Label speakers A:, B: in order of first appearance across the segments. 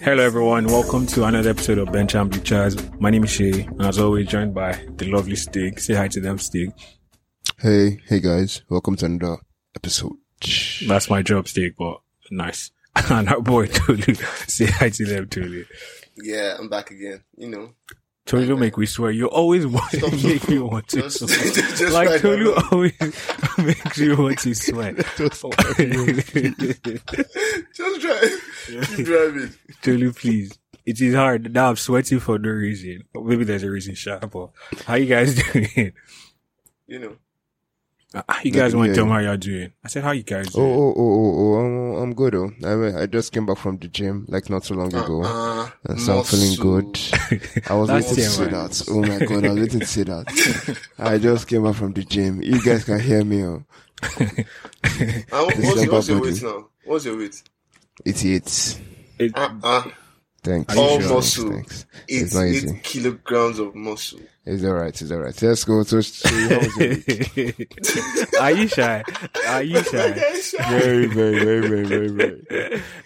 A: Hello, everyone. Welcome to another episode of Bench and Pictures. My name is Shay, and as always, joined by the lovely Stig. Say hi to them, Stig.
B: Hey, hey guys, welcome to another episode.
A: That's my job, Stig, but nice. and our boy Tolu. Say hi to them, Tolu.
C: Yeah, I'm back again. You know,
A: Tolu make we swear. You always want to
C: Stop.
A: make me want to.
C: Just-
A: swear.
C: just
A: like
C: right
A: Tolu
C: now.
A: always makes you want to swear.
C: just drive. Keep driving.
A: Tolu, please. It is hard. Now I'm sweating for no reason. Maybe there's a reason, sure. But how you guys doing?
C: You know,
A: Uh, How you guys want to
B: Yeah.
A: tell me how you're doing? I said, how you guys
B: Oh,
A: doing?
B: oh, oh, oh, oh I'm, I'm good. Oh, I, mean, I just came back from the gym like not so long ago,
C: Uh,
B: and so I'm feeling good. I was
A: That's
B: waiting to
A: it,
B: say
A: man.
B: that. Oh my god, I was waiting to say that. I just came back from the gym. You guys can hear me. Oh,
C: Uh, what's,
B: It's
C: your- what's your
B: body.
C: weight now? What's your weight?
B: 88.
A: It-
C: Uh, uh,
B: Thanks.
A: All
B: Thanks,
C: muscle.
B: Thanks. It's not
C: eight, eight
B: easy.
C: kilograms of muscle.
B: It's all right. It's all right. Let's go. So, so how was your week?
A: Are you shy? Are you shy?
B: very, very, very, very, very, very.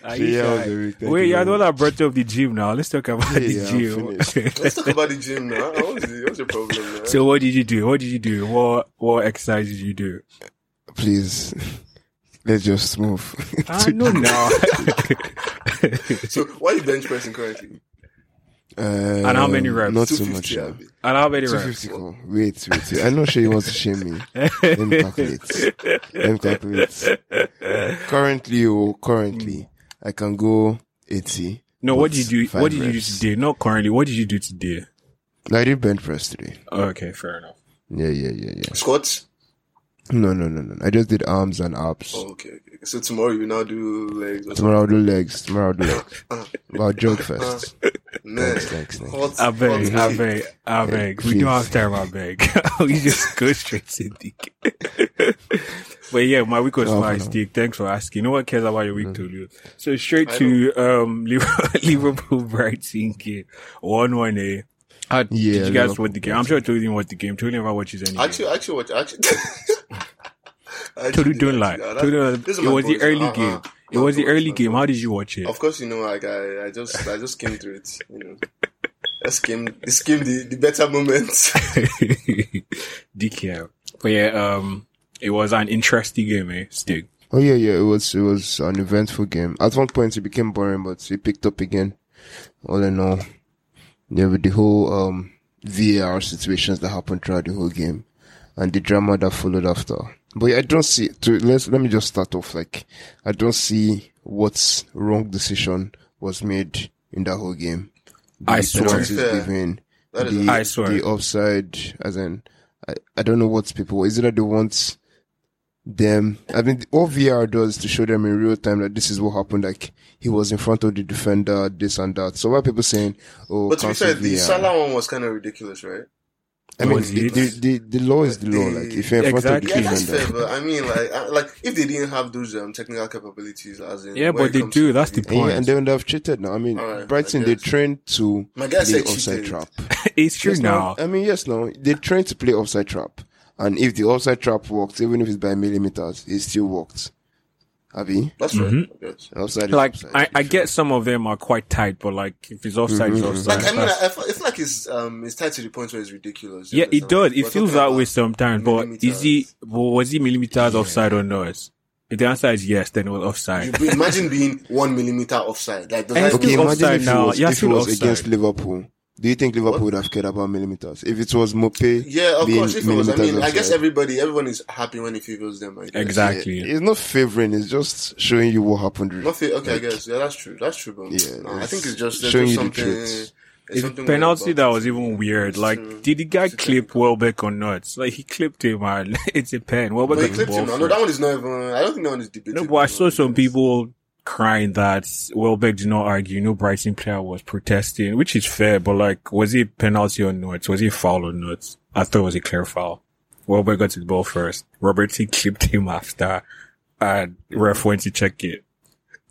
A: Are
B: See,
A: you
B: how was
A: shy?
B: your week? Thank
A: Wait,
B: you
A: you're
B: very
A: the one that brought up the gym now. Let's talk about
B: Yeah, I'm
A: the gym.
C: Let's talk about the gym now. Uh, What's, the, what's your problem, man?
A: so what did you do? What did you do? What what exercise did you do?
B: Please, let's just move.
A: I know now.
C: So, why you bench pressing currently?
B: and
A: how many reps?
B: Uh, Not too
C: 250,
B: much. Yeah.
C: abi?
A: and how many reps?
B: 250. Cool. Wait, wait, wait. I'm not sure he wants to shame me. Let me calculate. Let me calculate. Currently, oh, currently, I can go 80.
A: No, what did you do?
B: Five
A: What did you do
B: reps.
A: today? Not currently. What did you do today?
B: No, I did bench press today.
A: Okay, fair enough.
B: Yeah, yeah, yeah, yeah.
C: Squats?
B: No, no, no, no. I just did arms and abs.
C: Oh, okay, okay. So, tomorrow you now do legs. Or something.
B: Tomorrow I'll do legs. Tomorrow I'll do legs. But I'll jog first.
C: Man,
B: Thanks, thanks, thanks.
C: hot-
A: I beg,
C: hot
A: I
C: take.
A: beg, I beg. We
B: please.
A: don't have time, I beg. we just go straight to the But yeah, my week was
B: Oh,
A: fine,
B: no. Mm.
A: Steve. Thanks for asking. No one cares about your week, Tolu. So straight to um Liver- Liverpool Brighton game. 1 1 A. How-
B: Yeah,
A: did you guys
B: Liverpool
A: watch the game? I'm sure Tolu didn't watch the game. Tolu never watches any. game.
C: Actually, actually, watch. Actually, actually,
A: Tolu, don't lie.
C: actually,
A: Tolu, don't lie.
C: this is
A: it
C: my
A: was the
C: voice.
A: early
C: Uh-uh.
A: game. It
C: My
A: was the
C: voice,
A: early
C: my
A: game. How did you watch it?
C: Of course, you know, like I, I just, I just came through it. You know, I skimmed, skimmed the, the better moments.
A: DKL. But yeah, um, it was an interesting game, eh, Stig?
B: Oh yeah, yeah. It was it was an eventful game. At one point, it became boring, but it picked up again. All in all, yeah, with the whole um VAR situations that happened throughout the whole game, and the drama that followed after. But yeah, I don't see. To let's let me just start off. Like, I don't see what's wrong decision was made in that whole game. The
A: I swear.
B: penalties
C: Fair.
B: given,
C: That is-
B: the,
A: I swear.
B: the offside, as in, I, I don't know what people. Is it that they want? them. I mean, all VR does to show them in real time that this is what happened. Like he was in front of the defender, this and that. So why are people saying, "Oh,
C: but to be
B: cancel
C: fair, the
A: uh,
B: VAR?
C: Salah one was kind of ridiculous, right?
B: I mean,
A: Was
B: the,
A: it?
B: the, the, the law is the law.
C: The-
B: Like if you're in front of
A: Exactly.
B: the
C: Yeah, that's
B: defender,
C: fair. But I mean, like, I, like if they didn't have those um, technical capabilities, as in
A: Yeah,
C: when
A: but
C: it
A: they
C: comes
A: do.
C: to
A: That's the
B: and, yeah,
A: point.
B: and they would have cheated. Now, I mean,
C: Alright,
B: Brighton
C: I
B: they
C: guess.
B: trained to
C: My guy
B: play
C: said
B: offside
C: cheated.
B: trap.
A: it's true
B: Yes,
A: now.
B: I mean, yes, no, they trained to play offside trap, and if the offside trap works, even if it's by millimeters, it still works. Abi,
C: That's
A: Mm-hmm.
C: right. I guess.
B: offside. is
A: Like
B: offside,
A: I,
B: if
A: I
B: you-
A: get some of them are quite tight, but like if it's offside, it's offside.
C: Like I mean,
A: That's-
C: I, I feel, I feel like it's um it's tied to the point where it's ridiculous.
A: yeah, it does. It
C: We're
A: feels
C: talking
A: that
C: about-
A: way sometimes. But is he
C: millimeters.
A: well, was he millimeters offside or not? If the answer is yes, then it was offside.
C: You- Imagine being one millimeter offside. Like does
A: And
C: that
A: still
B: Okay,
A: Still
B: imagine
A: offside
B: if it
A: now.
B: was,
A: Yeah,
B: if it
A: still
B: was
A: offside.
B: against Liverpool. Do you think Liverpool would have cared about millimeters? If it was Mope,
C: Yeah, of
B: being
C: course. If it was, I
B: millimeters
C: mean, I guess
B: offside.
C: everybody, everyone is happy when it favors them. I guess.
A: exactly.
B: it's not favoring. It's just showing you what happened. really.
C: Not fa- okay, I guess. Yeah, that's true. That's true, but
B: Yeah,
C: no, I think
B: it's
C: it's just there's
B: showing
C: just
B: you the
C: something.
B: truth.
C: there's
A: It's a
C: something
A: penalty
C: weird
A: that
C: about
A: was even weird. Like,
C: true.
A: did the guy
C: It's a
A: clip Welbeck or not? Like, he clipped him, man. it's a pen. Welbeck
C: But he
A: got the
C: clipped
A: ball
C: him. No,
A: first.
C: no, that one is not even. I don't think that one is debatable.
A: No, but I saw
C: man.
A: some people crying that Welbeck did not argue. No Brighton player was protesting, which is fair, but like, was it penalty or not? Was it foul or not? I thought it was a clear foul. Welbeck got his ball first. Robertson clipped him after and ref went to check it.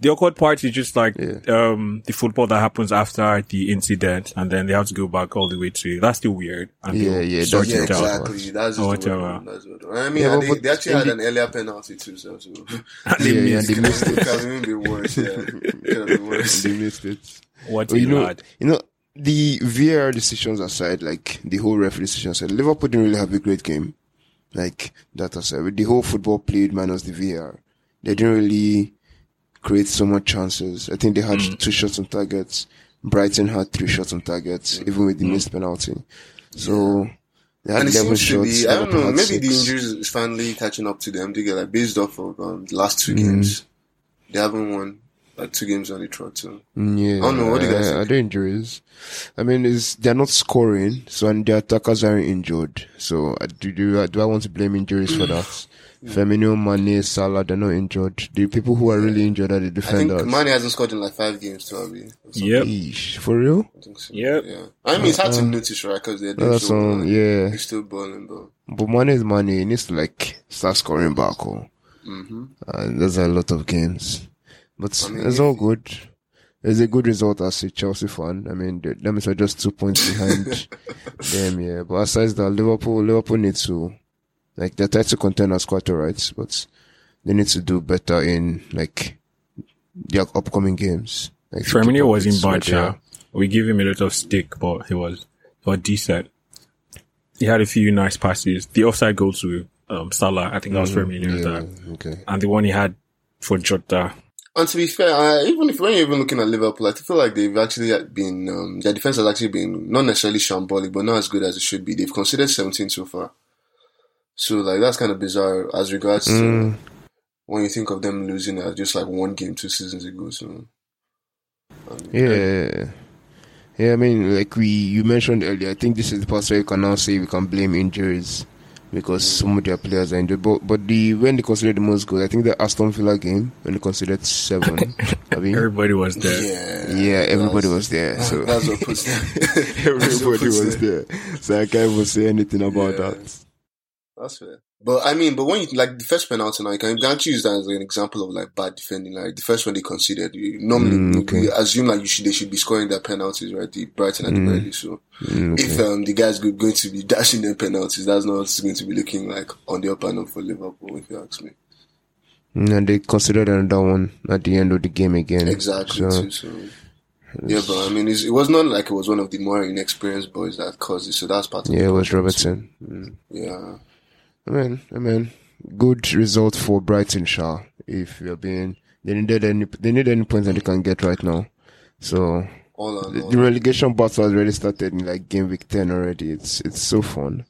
A: The awkward part is just like
B: Yeah.
A: um the football that happens after the incident, and then they have to go back all the way to. That's still weird. And
B: Yeah,
A: they'll
B: yeah,
A: sort
B: that's-
C: yeah,
A: it out.
C: exactly. That's
A: Or
C: just the
A: whatever.
C: one. That's what. I mean,
B: Yeah,
C: and
B: but-
C: they, they actually
B: and
C: had
B: the-
C: an earlier penalty too, so, so.
A: And they
B: Yeah, yeah,
A: missed.
B: they missed
C: it
B: it.
C: can even be worse. Yeah, it can be worse.
B: they missed it.
A: What
B: Well,
A: a
B: you know,
A: lad.
B: you know, the VAR decisions aside, like the whole referee decision aside, Liverpool didn't really have a great game. Like that aside, with the whole football played minus the VAR, they didn't really create so much chances. I think they had
C: Mm.
B: two shots on targets. Brighton had three shots on targets, even with the missed penalty. So they had
C: Mm. And it
B: eleven
C: seems to
B: shots.
C: be, I don't
B: Liverpool
C: know,
B: had
C: maybe
B: six.
C: the injuries is finally catching up to them. They get like based off of um, the last
B: Mm.
C: two games. They haven't won like two games on the trot, so.
B: Mm, Yeah,
C: I don't know, what do you guys
B: uh,
C: think?
B: Are there injuries? I mean, is they're not scoring, so and their attackers are injured. So uh, do do I, do I want to blame injuries for that? Firmino, Mane, Salah, they're not injured. The people who are really injured are the
C: I think
B: defenders.
C: Mane hasn't scored in like five games, probably. or something.
A: Yep.
B: Eesh, for real?
C: I think so.
A: Yep.
C: Yeah. I mean, it's hard to notice, right? Because they're doing
B: Uh, That's
C: so uh, well.
B: um, yeah.
C: He's still balling, but
B: But Mane is Mane. He needs to like start scoring back. Oh.
C: hmm
B: and there's a lot of games. But
C: I mean,
B: it's
C: if-
B: all good. It's a good result as a Chelsea fan. I mean, the Lemons are just two points behind them, yeah. But aside that, Liverpool, Liverpool need to, like, they're title contenders quite alright, but they need to do better in, like, their upcoming games. Like, to keep
A: Firmino
B: up
A: was
B: with
A: in bad
B: Solskjaer.
A: shape. We give him a lot of stick, but he was he was decent. He had a few nice passes. The offside goal to um, Salah, I think
C: Mm,
A: that was Firmino's that,
B: Yeah, okay.
A: and the one he had for Jota.
C: And to be fair, uh, even if when you're even looking at Liverpool, I feel like they've actually been um, their defense has actually been not necessarily shambolic, but not as good as it should be. They've conceded 17 so far, so like that's kind of bizarre as regards
B: Mm.
C: to when you think of them losing at just like one game two seasons ago. So
B: Yeah. Yeah, I mean, like we you mentioned earlier, I think this is the part where you can now say we can blame injuries because
C: Mm.
B: some of their players are injured. But but the when they considered the most goals, I think the Aston Villa game when they considered seven. I mean,
A: Everybody was there.
C: yeah,
B: yeah, everybody was
C: that's-
B: there. So
C: Ah, That's what puts them. that's what
B: everybody
C: puts
B: was
C: them-
B: there. So I can't even say anything about
C: Yeah.
B: that.
C: That's fair. But I mean, but when you like the first penalty now, you can, you can actually use that as an example of like bad defending. Like the first one they conceded, you normally
B: Mm,
C: you-
B: okay.
C: you assume like you should they should be scoring their penalties, right? The Brighton and the Burnley. So
B: Mm, okay.
C: if um, the guys go- going to be dashing their penalties, that's not what's going to be looking like on the up and up for Liverpool, if you ask me.
B: And they considered another one at the end of the game again.
C: Exactly.
B: So,
C: too, so. Yeah, but I mean, it's, it was not like it was one of the more inexperienced boys that caused it. So that's part of
B: yeah,
C: it.
B: it was Robertson.
C: Yeah.
B: I mean, I mean, good result for Brighton, Shaw. If you're being, they needed any, they need any points that they can get right now. So
C: All
B: the,
C: and all.
B: the relegation battle has already started in like game week ten already. It's it's so fun.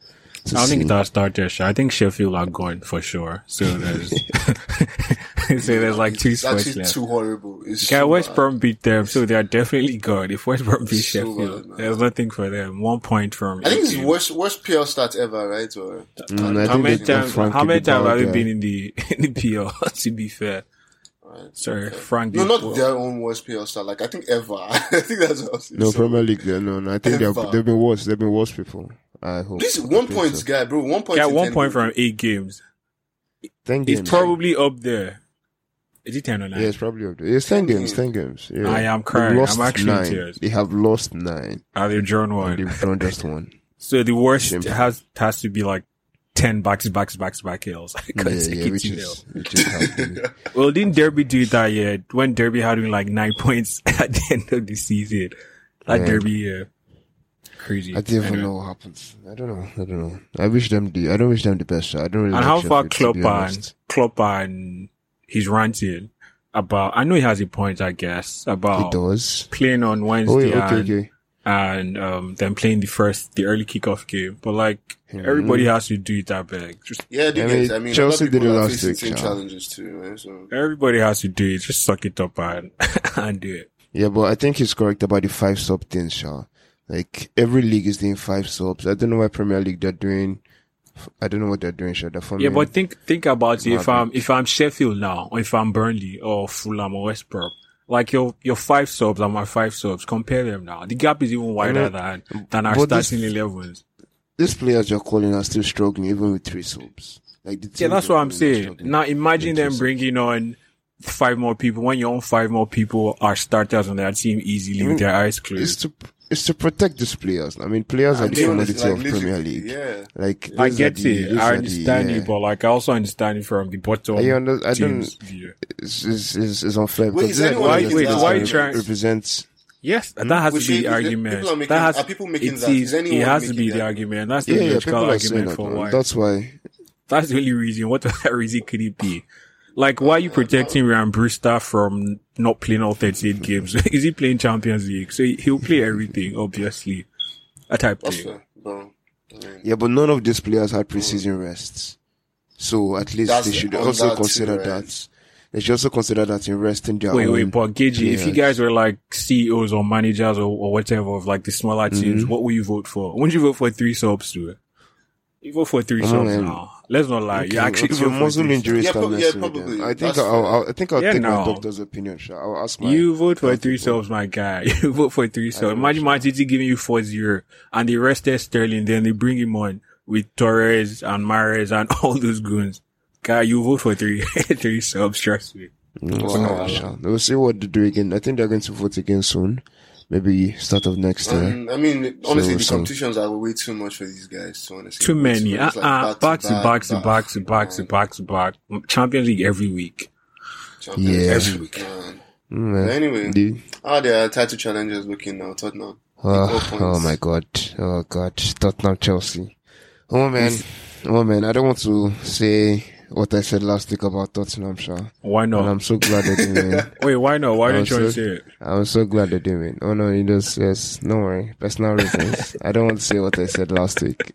B: to
A: I don't
B: see.
A: think that started. Sha. I think Sheffield are gone for sure. So there's so there's like two
C: It's
A: spots
C: actually
A: left.
C: too horrible. It's
A: Okay,
C: so
A: West
C: bad.
A: Brom beat them, so they are definitely gone. If West Brom beat
C: So
A: Sheffield,
C: bad, man.
A: there's nothing for them. One point from.
C: I think
A: each
C: it's
A: team.
C: worst worst PL start ever, right? Or
B: Mm, I
A: how
B: think
A: many
B: they got
A: times?
B: Frankie
A: How many
B: Dybala
A: times have you
B: there.
A: been in the in the PL? to be fair,
C: Right.
A: sorry, Frank.
C: no,
A: did
C: not
A: well.
C: their own worst PL start. Like I think ever. I think that's what I was
B: No
C: so-
B: Premier League. There, no, no. I think they've
C: Ever.
B: they've been worse. They've been worse people. I hope.
C: This
B: I
C: one
B: think
C: point
B: so.
C: guy, bro. One point.
A: Yeah,
C: in
A: one
C: 10
A: point
C: games.
A: from eight games.
B: Ten
A: It's
B: games.
A: probably up there. Is it ten or nine?
B: yeah, it's probably up there. It's ten games.
C: Mm.
B: Ten games. Yeah.
A: I am
B: They
A: crying.
B: lost
A: I'm actually in
B: nine.
A: tears.
B: They have lost nine.
A: Are they drawn one?
B: They've drawn just one.
A: So the worst
B: Shameful.
A: has has to be like ten back to back to back to back hills.
B: Yeah, yeah, which is which is happening.
A: well, didn't Derby do that yet? When Derby had like nine points at the end of the season, that
B: Yeah.
A: Derby year, crazy.
B: I don't even
A: Anyway.
B: know what happens. I don't know. I don't know. I wish them the. I don't wish them the best. I don't really.
A: And
B: like
A: how far
B: Sheffield, to
A: Klopp
B: be
A: and
B: honest.
A: Klopp and he's ranting about? I know he has a point, I guess,
B: It
A: about
B: does.
A: playing on Wednesday
B: Oh yeah. Okay.
A: and
B: Okay.
A: and um, then playing the first, the early kickoff game. But like
B: Mhm.
A: everybody has to do it that big. Just
C: Yeah, they
B: I
C: did.
B: mean,
C: I mean,
B: Chelsea
C: Chelsea
B: did it
C: did it
B: last
C: last
B: week, yeah.
C: Challenges too, right? So
A: everybody has to do it. Just suck it up and and do it.
B: Mm-hmm. Yeah, but I think he's correct about the five sub thing, Sha. Like every league is doing five subs. I don't know why Premier League they're doing. I don't know what they're doing, Sha. They're forming.
A: yeah, but think think about it. If
B: Madden.
A: I'm if I'm Sheffield now, or if I'm Burnley or Fulham or West Brom, like your your five subs and my five subs, compare them now. The gap is even wider than than our
B: um, but this-
A: starting elevens.
B: these players you're calling are still struggling, even with three subs. Like the
A: Yeah,
B: teams
A: that's
B: you're
A: what I'm
B: calling are
A: saying.
B: struggling.
A: Now imagine
B: Yeah,
A: them
B: two
A: bringing on five more people, when your own five more people are starters on that team easily with their eyes
B: Mm. It's
A: closed.
B: to it's to protect these players. I mean, players are the
C: They want to,
B: commodity
C: like,
B: of Premier
C: literally-
B: League.
C: Yeah.
B: Like
A: I
B: those are
A: get
B: the-
A: it.
B: those are
A: I
B: the-
A: understand
B: yeah.
A: it, but like I also understand it from the bottom.
B: I under- I
A: teams view.
B: It's, it's, it's, it's unfair.
C: Wait,
B: because
C: is
B: these are
C: anyone
B: the
A: against
B: players
A: that? Why
B: that
A: try-
B: represents
A: Yes,
B: Hmm?
A: that has
C: Which
A: to be
C: is-
A: the
C: is it-
A: argument.
C: people are making-
A: that has,
C: are people making
A: it
C: that?
A: is-
C: Is anyone
A: it has to
C: making
A: be
C: that?
A: the argument. That's the
B: yeah, yeah,
A: logical
B: people are saying
A: argument
B: that.
A: for
B: man.
A: why.
B: That's why
A: That's the only reason. What other reason could it be? Like, why are you protecting Ryan Brewster from not playing all 38 games? Is he playing Champions League? So he- he'll play everything, obviously. That type
C: That's
A: thing.
C: fair. Bro. I mean,
B: Yeah, but none of these players had preseason rests. So at least
C: Oh. That's
B: they should
C: on
B: also
C: that too,
B: consider
C: right?
B: that. They should also consider that in resting their
A: Wait,
B: own.
A: wait, but Gagey, if you
B: players.
A: guys were like CEOs or managers or, or whatever of like the smaller teams, what would you vote for? Wouldn't you vote for three subs to it? You vote for 3
B: Oh,
A: subs
B: man.
A: now. Let's not lie.
B: Okay,
A: you uh, actually vote
B: okay,
A: for
B: muscle
A: three
B: injuries
C: Yeah,
B: start
C: prob- yeah,
B: messing with
C: probably.
B: them. I think
C: That's
B: I'll,
C: fair.
B: I'll, I think I'll
A: Yeah,
B: take my
A: no.
B: doctor's opinion. sure. I'll ask my.
A: subs. You vote for
B: That's
A: three
B: the
A: subs, my guy. You vote for three subs.
B: don't
A: Imagine Man City giving you 4-0 and they rested Sterling, then they bring him on with Torres and Mares and all those goons. Guy, you vote for three, three subs, trust me.
B: Mm,
C: Wow.
B: so no, sure. We'll see what they do again. I think they're going to vote again soon. Maybe start of next year.
C: and, Um, I mean, honestly, the
B: so-
C: competitions are way too much for these guys. So honestly,
A: Too many.
C: It's like
A: Uh-uh. Back to back to back to back to
C: man.
A: back to back. Champions League every week.
C: Champions
B: Yeah.
C: League,
A: Every week.
C: man.
B: Mm,
C: But
B: man.
C: anyway,
B: The-
C: how their title challengers looking now? Tottenham.
B: Uh,
C: Equal
B: oh
C: points.
B: my god. Oh god. Tottenham Chelsea. Oh man. Oh man. I don't want to say what I said last week about Tottenham, sure.
A: Why not?
B: And I'm so glad that they win.
A: Wait, why not? Why don't you
B: Also-
A: want to say it?
B: I'm so glad that they win. Oh no, it does. Yes, no worry. Personal reasons. I don't want to say what I said last week.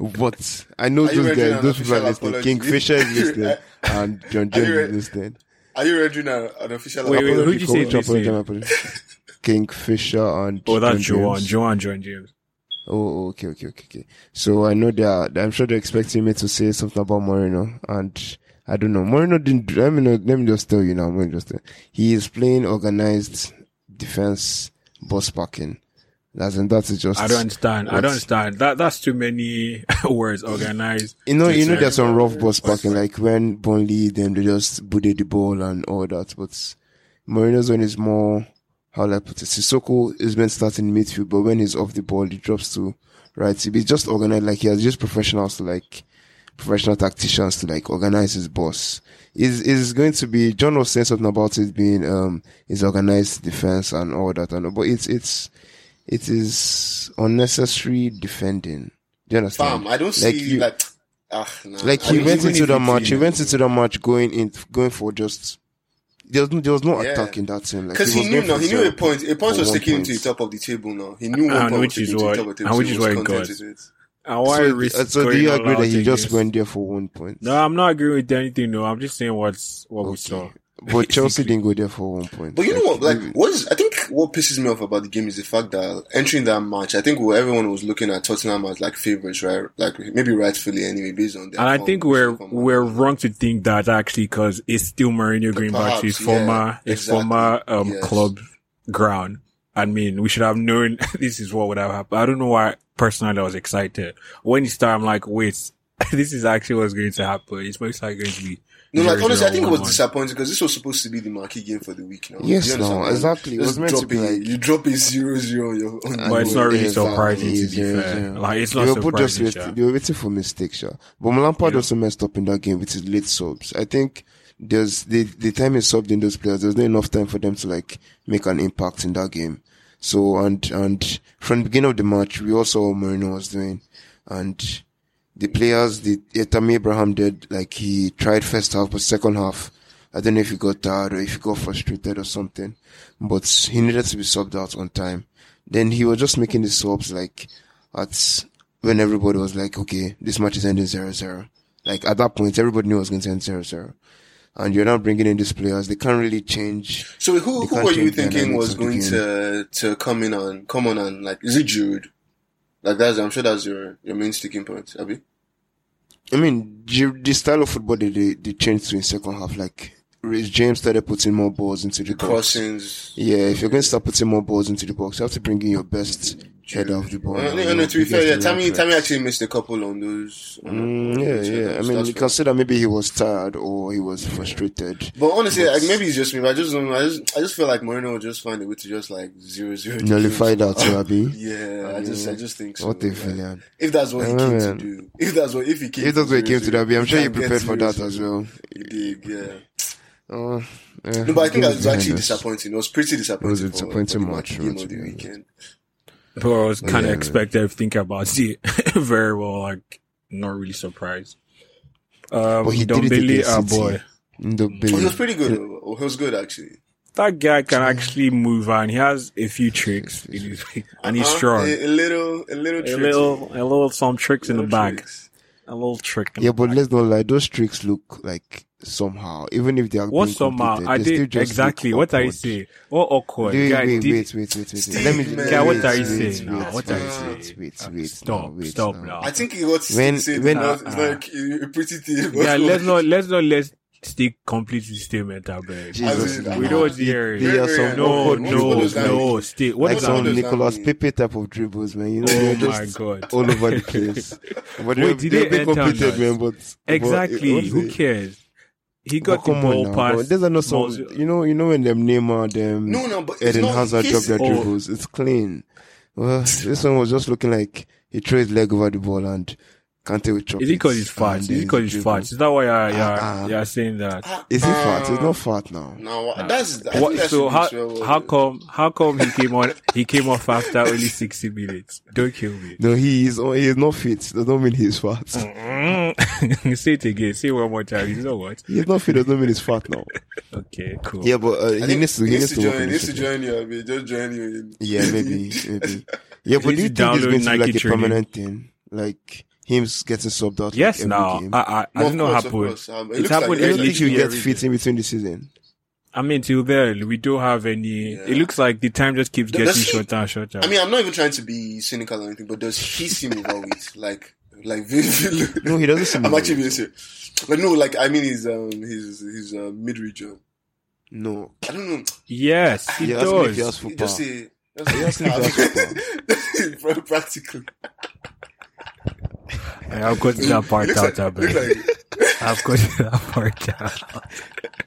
B: But I know
C: Are you
B: those
C: ready
B: guys,
C: now?
B: those people are
C: Official
B: listening.
C: apology.
B: Kingfisher is listening. and John Jones
C: you
B: is
C: ready?
B: listening.
C: Are you ready now? An official
A: Wait, wait,
C: apology?
A: who'd you say
B: Apology, apology,
A: listening?
B: apology. Kingfisher and
A: Oh, that's
B: John
A: Joan.
B: Jones.
A: Joan, John James.
B: Oh, oh, okay, okay, okay, okay. So I know they are, I'm sure they're expecting me to say something about Moreno, and I don't know. Moreno didn't. do- Let me know, let me just tell you now. Let me just. Tell He is playing organized defense, boss packing. That's and that's just.
A: I don't understand. I
B: What?
A: don't understand. That that's too many words organized.
B: You know, you know, there's some rough
C: Exactly.
B: boss packing, like when Burnley them they just booted the ball and all that. But Moreno's one is more how do I put it. Sissoko is been starting midfield, but when he's off the ball, he drops to right. He be just organized, like he has just professionals to like professional tacticians to like organize his boss. Is is going to be John was saying something about it being um his organized defense and all that and all, but it's it's it is unnecessary defending. Do you understand?
C: Fam, I don't
B: Like
C: see
B: you-
C: like. Ah, nah.
B: like
C: I
B: he
C: mean,
B: went
C: even
B: into
C: if
B: that
C: it's
B: match. He
C: in-
B: went into that match going in, going for just. There was no, there was no
C: Yeah.
B: attack in that team. Like
C: Because he
B: was
C: knew
B: going
C: now,
B: for
C: he knew
B: zero
C: a point. A point
B: for
C: was
B: one
C: taken
B: point.
C: to the top of the table now. He knew
A: And
C: one point
A: which
C: was
A: is
C: taken to
A: why-
C: the top of the
A: and
C: table.
A: which
C: so
A: is
C: he
A: why
C: was
A: it
C: content
A: got-
C: with it.
A: And why
B: So,
A: risk
B: uh, so do
A: scoring
B: you
A: all
B: agree
A: out
B: that he just
A: against-
B: went there for one point?
A: No, I'm not agreeing with anything. No, I'm just saying what's what we
B: Okay.
A: saw.
B: But Chelsea didn't go there for one point.
C: But you know what? Like,
B: we-
C: what is? I think what pisses me off about the game is the fact that entering that match, I think where everyone was looking at Tottenham as like favorites, right? Like maybe rightfully anyway, based on their.
A: And I
B: Oh,
C: form,
A: think
C: which
A: we're
C: they come out.
A: we're wrong to think that actually because it's still Mourinho going back to his
C: Perhaps, yeah,
A: former his
C: exactly.
A: former um
C: Yes.
A: club ground. I mean, we should have known this is what would have happened. I don't know why personally I was excited when it started. I'm like, wait, this is actually what's going to happen. It's most likely going to be
C: No, like
A: zero,
C: honestly, I
A: zero,
C: think it
A: one,
C: was
A: one.
C: disappointing because this was supposed to be the marquee game for the week. Now,
B: Yes,
C: Do you
B: no,
C: understand?
B: exactly. It was
C: Just
B: meant to
C: drop
B: be
C: a-
B: like-
C: you drop a zero zero on your. On
A: But it's not really
B: Exactly,
A: surprising to be
B: yeah,
A: fair.
B: yeah.
A: Like it's not
B: Liverpool just
A: surprising.
B: wait-
A: sha.
B: they were waiting for mistakes, sure. But Lampard
A: Yeah.
B: also messed up in that game with his late subs. I think there's the the time he subbed in those players. There's not enough time for them to like make an impact in that game. So and and from the beginning of the match, we all saw what Marino was doing, and the players, the yeah, Tammy Abraham did like he tried first half, but second half, I don't know if he got tired or if he got frustrated or something, but he needed to be subbed out on time. Then he was just making the subs like at when everybody was like, okay, this match is ending 0-0. Like at that point, everybody knew it was going to end 0-0. And you're not bringing in these players. They can't really change.
C: So who
B: They
C: who
B: can't
C: were you
B: change
C: thinking
B: dynamics
C: was
B: of the
C: going
B: game.
C: to to come in on come on and like is it Jude? Like that's I'm sure that's your your main sticking point, Abby.
B: I mean, the the style of football they, they, they changed to in second half. Like Reece James started putting more balls into the box.
C: Crossings.
B: Yeah, if you're going to start putting more balls into the box, you have to bring in your best head off the ball.
C: Uh,
B: and
C: no, no, to be
B: gets
C: fair,
B: the
C: yeah,
B: right
C: Tammy,
B: track.
C: Tammy actually missed a couple on those. on-
B: Mm,
C: on those
B: yeah, yeah. I
C: headers.
B: mean,
C: That's
B: you
C: fair.
B: consider maybe he was tired or he was frustrated.
C: But honestly, like, maybe it's just me. But I just don't. I just, I just feel like Moreno will just find a way to just like zero zero. the
B: Nullified out,
C: games.
B: Abi.
C: Yeah, I just, I just think so.
B: What a
C: Like,
B: villain.
C: If that's what he
B: Yeah,
C: came to
B: man.
C: do, if that's what, if he came,
B: If that's where he came
C: 0-0,
B: to that, Abi, I'm sure
C: he
B: you
C: can get
B: prepared for that
C: 0-0.
B: as well.
C: He did, yeah.
B: Uh, yeah.
C: No, but I think
B: Game
C: that was
B: is behind
C: actually
B: us.
C: disappointing. It was pretty disappointing.
B: It was a
C: for- for
B: disappointing
C: the
B: match,
C: game
B: to
C: of
B: be
C: the
B: honest.
C: weekend.
A: But I was kind of
B: Yeah.
A: expect everything about it very well. Like, not really surprised. Um,
B: But he did it
A: Dombele,
B: against
A: our
B: City.
A: boy.
B: Ndombele.
C: Oh, He was pretty good. though. He was good actually.
A: That guy can actually move and he has a few tricks in his, and he's
C: Uh-huh.
A: strong.
C: A, a little, a little,
A: A
C: tricky.
A: little, a little, some tricks in the
C: Little
A: bag.
C: tricks.
A: A little trick. in
B: Yeah,
A: the
B: but
A: bag.
B: let's not lie. Those tricks look like somehow, even if they are
A: what
B: being
A: somehow
B: completed,
A: I
B: they still
A: did
B: just
A: exactly
B: look
A: what I
B: awkward.
A: say. What awkward
B: Wait,
A: guy
B: wait,
A: did.
B: wait, wait, wait, wait, wait. Let me.
C: Steve,
B: let
C: guy,
B: me-
C: what
B: wait,
C: are you
B: wait,
C: saying now?
B: wait,
A: What are you
B: wait,
A: saying?
B: Wait, wait,
A: Uh,
B: wait.
A: stop,
B: now, wait,
A: stop
B: now.
A: now.
C: I think he got
B: When-
C: when, said
B: when-
C: that it's
A: uh-uh.
C: like a, a pretty thing.
A: Yeah, let's not let's not let's stick completely statement about
B: Jesus,
C: I mean,
A: We
C: uh,
A: don't
B: they-
A: hear
B: they
A: it.
B: are some
A: No,
B: awkward
A: no,
B: dribbles,
C: What
A: no.
C: does
A: Stay. What
B: like, like
A: is
C: that
B: some
C: mean?
B: Nicolas
C: What does that
B: Pepe type of dribbles, man. You know,
A: Oh
B: they're
A: my
B: just
A: god.
B: all over the place. But
A: Wait,
B: they,
A: did they
B: they'll be
A: enter
B: completed,
A: us?
B: man. But but-
A: Exactly.
B: what's
A: Who
B: eh, it?
A: cares? He
B: But
A: got the
B: come on
A: ball
B: now, but
A: past.
B: These are not some.
A: Mozil-
B: You know, you know when them Neymar, them
C: No, no, but it's
B: Eden
C: not
B: Hazard
C: his-
B: drop their
A: Oh.
B: dribbles. It's clean. Well, this one was just looking like he threw his leg over the ball and can't tell chop
A: Is it
B: it.
A: because he's fat?
B: And
A: Is
B: then
A: it because he's
B: dribble.
A: fat? Is that why you're
B: Uh-uh.
A: you're, you're saying that?
B: Is he fat? He's not fat now.
C: No, that's. I
A: Ah. What,
C: think that
A: so
C: should be
A: how
C: swear
A: how
C: word.
A: come how come he came on he came off after only sixty minutes? Don't kill me.
B: No, he is. oh, He is not fit. That don't mean he's fat.
A: Mm. say it again. Say it one more time. You know what?
B: He's not fit. That don't mean he's fat now.
A: Okay, cool.
B: Yeah, but uh,
C: I
B: he
C: think
B: needs to. He needs to work
C: join.
B: on
C: He
B: his
C: needs to
B: fitness.
C: join you. I mean, just join you. In.
B: Yeah, maybe, maybe. Yeah, but
A: need to
B: do you think it's
A: download
B: going to be like
A: Nike
B: a
A: training.
B: permanent thing? Like him getting subbed out?
A: Yes,
B: like every
A: now
B: game?
A: I I, I
C: No,
A: don't
C: of
A: know
C: course,
A: what
C: of
A: happened.
C: course. Um, it
A: it
C: looks
A: happened
C: like
B: I
A: early.
B: don't think you get
A: every
B: fit in between the season.
A: I mean, till then we don't have any.
C: Yeah.
A: It looks like the time just keeps
C: Th-
A: getting
C: does he-
A: shorter and shorter.
C: I mean, I'm not even trying to be cynical or anything, but does he seem overweight? Like, like Vin-
B: No, he doesn't seem
C: I'm actually
B: overweight.
C: being serious, but no, like I mean, his um, his his uh, mid region.
B: No,
C: I don't know.
A: yes, it
B: Yeah, ask me if he has
A: does.
B: football.
C: Just say. Just
B: me
C: say. Practically.
A: Yeah, I've got that part
C: Looks
A: out. Like,
C: like- looks like-
A: I've got that part out.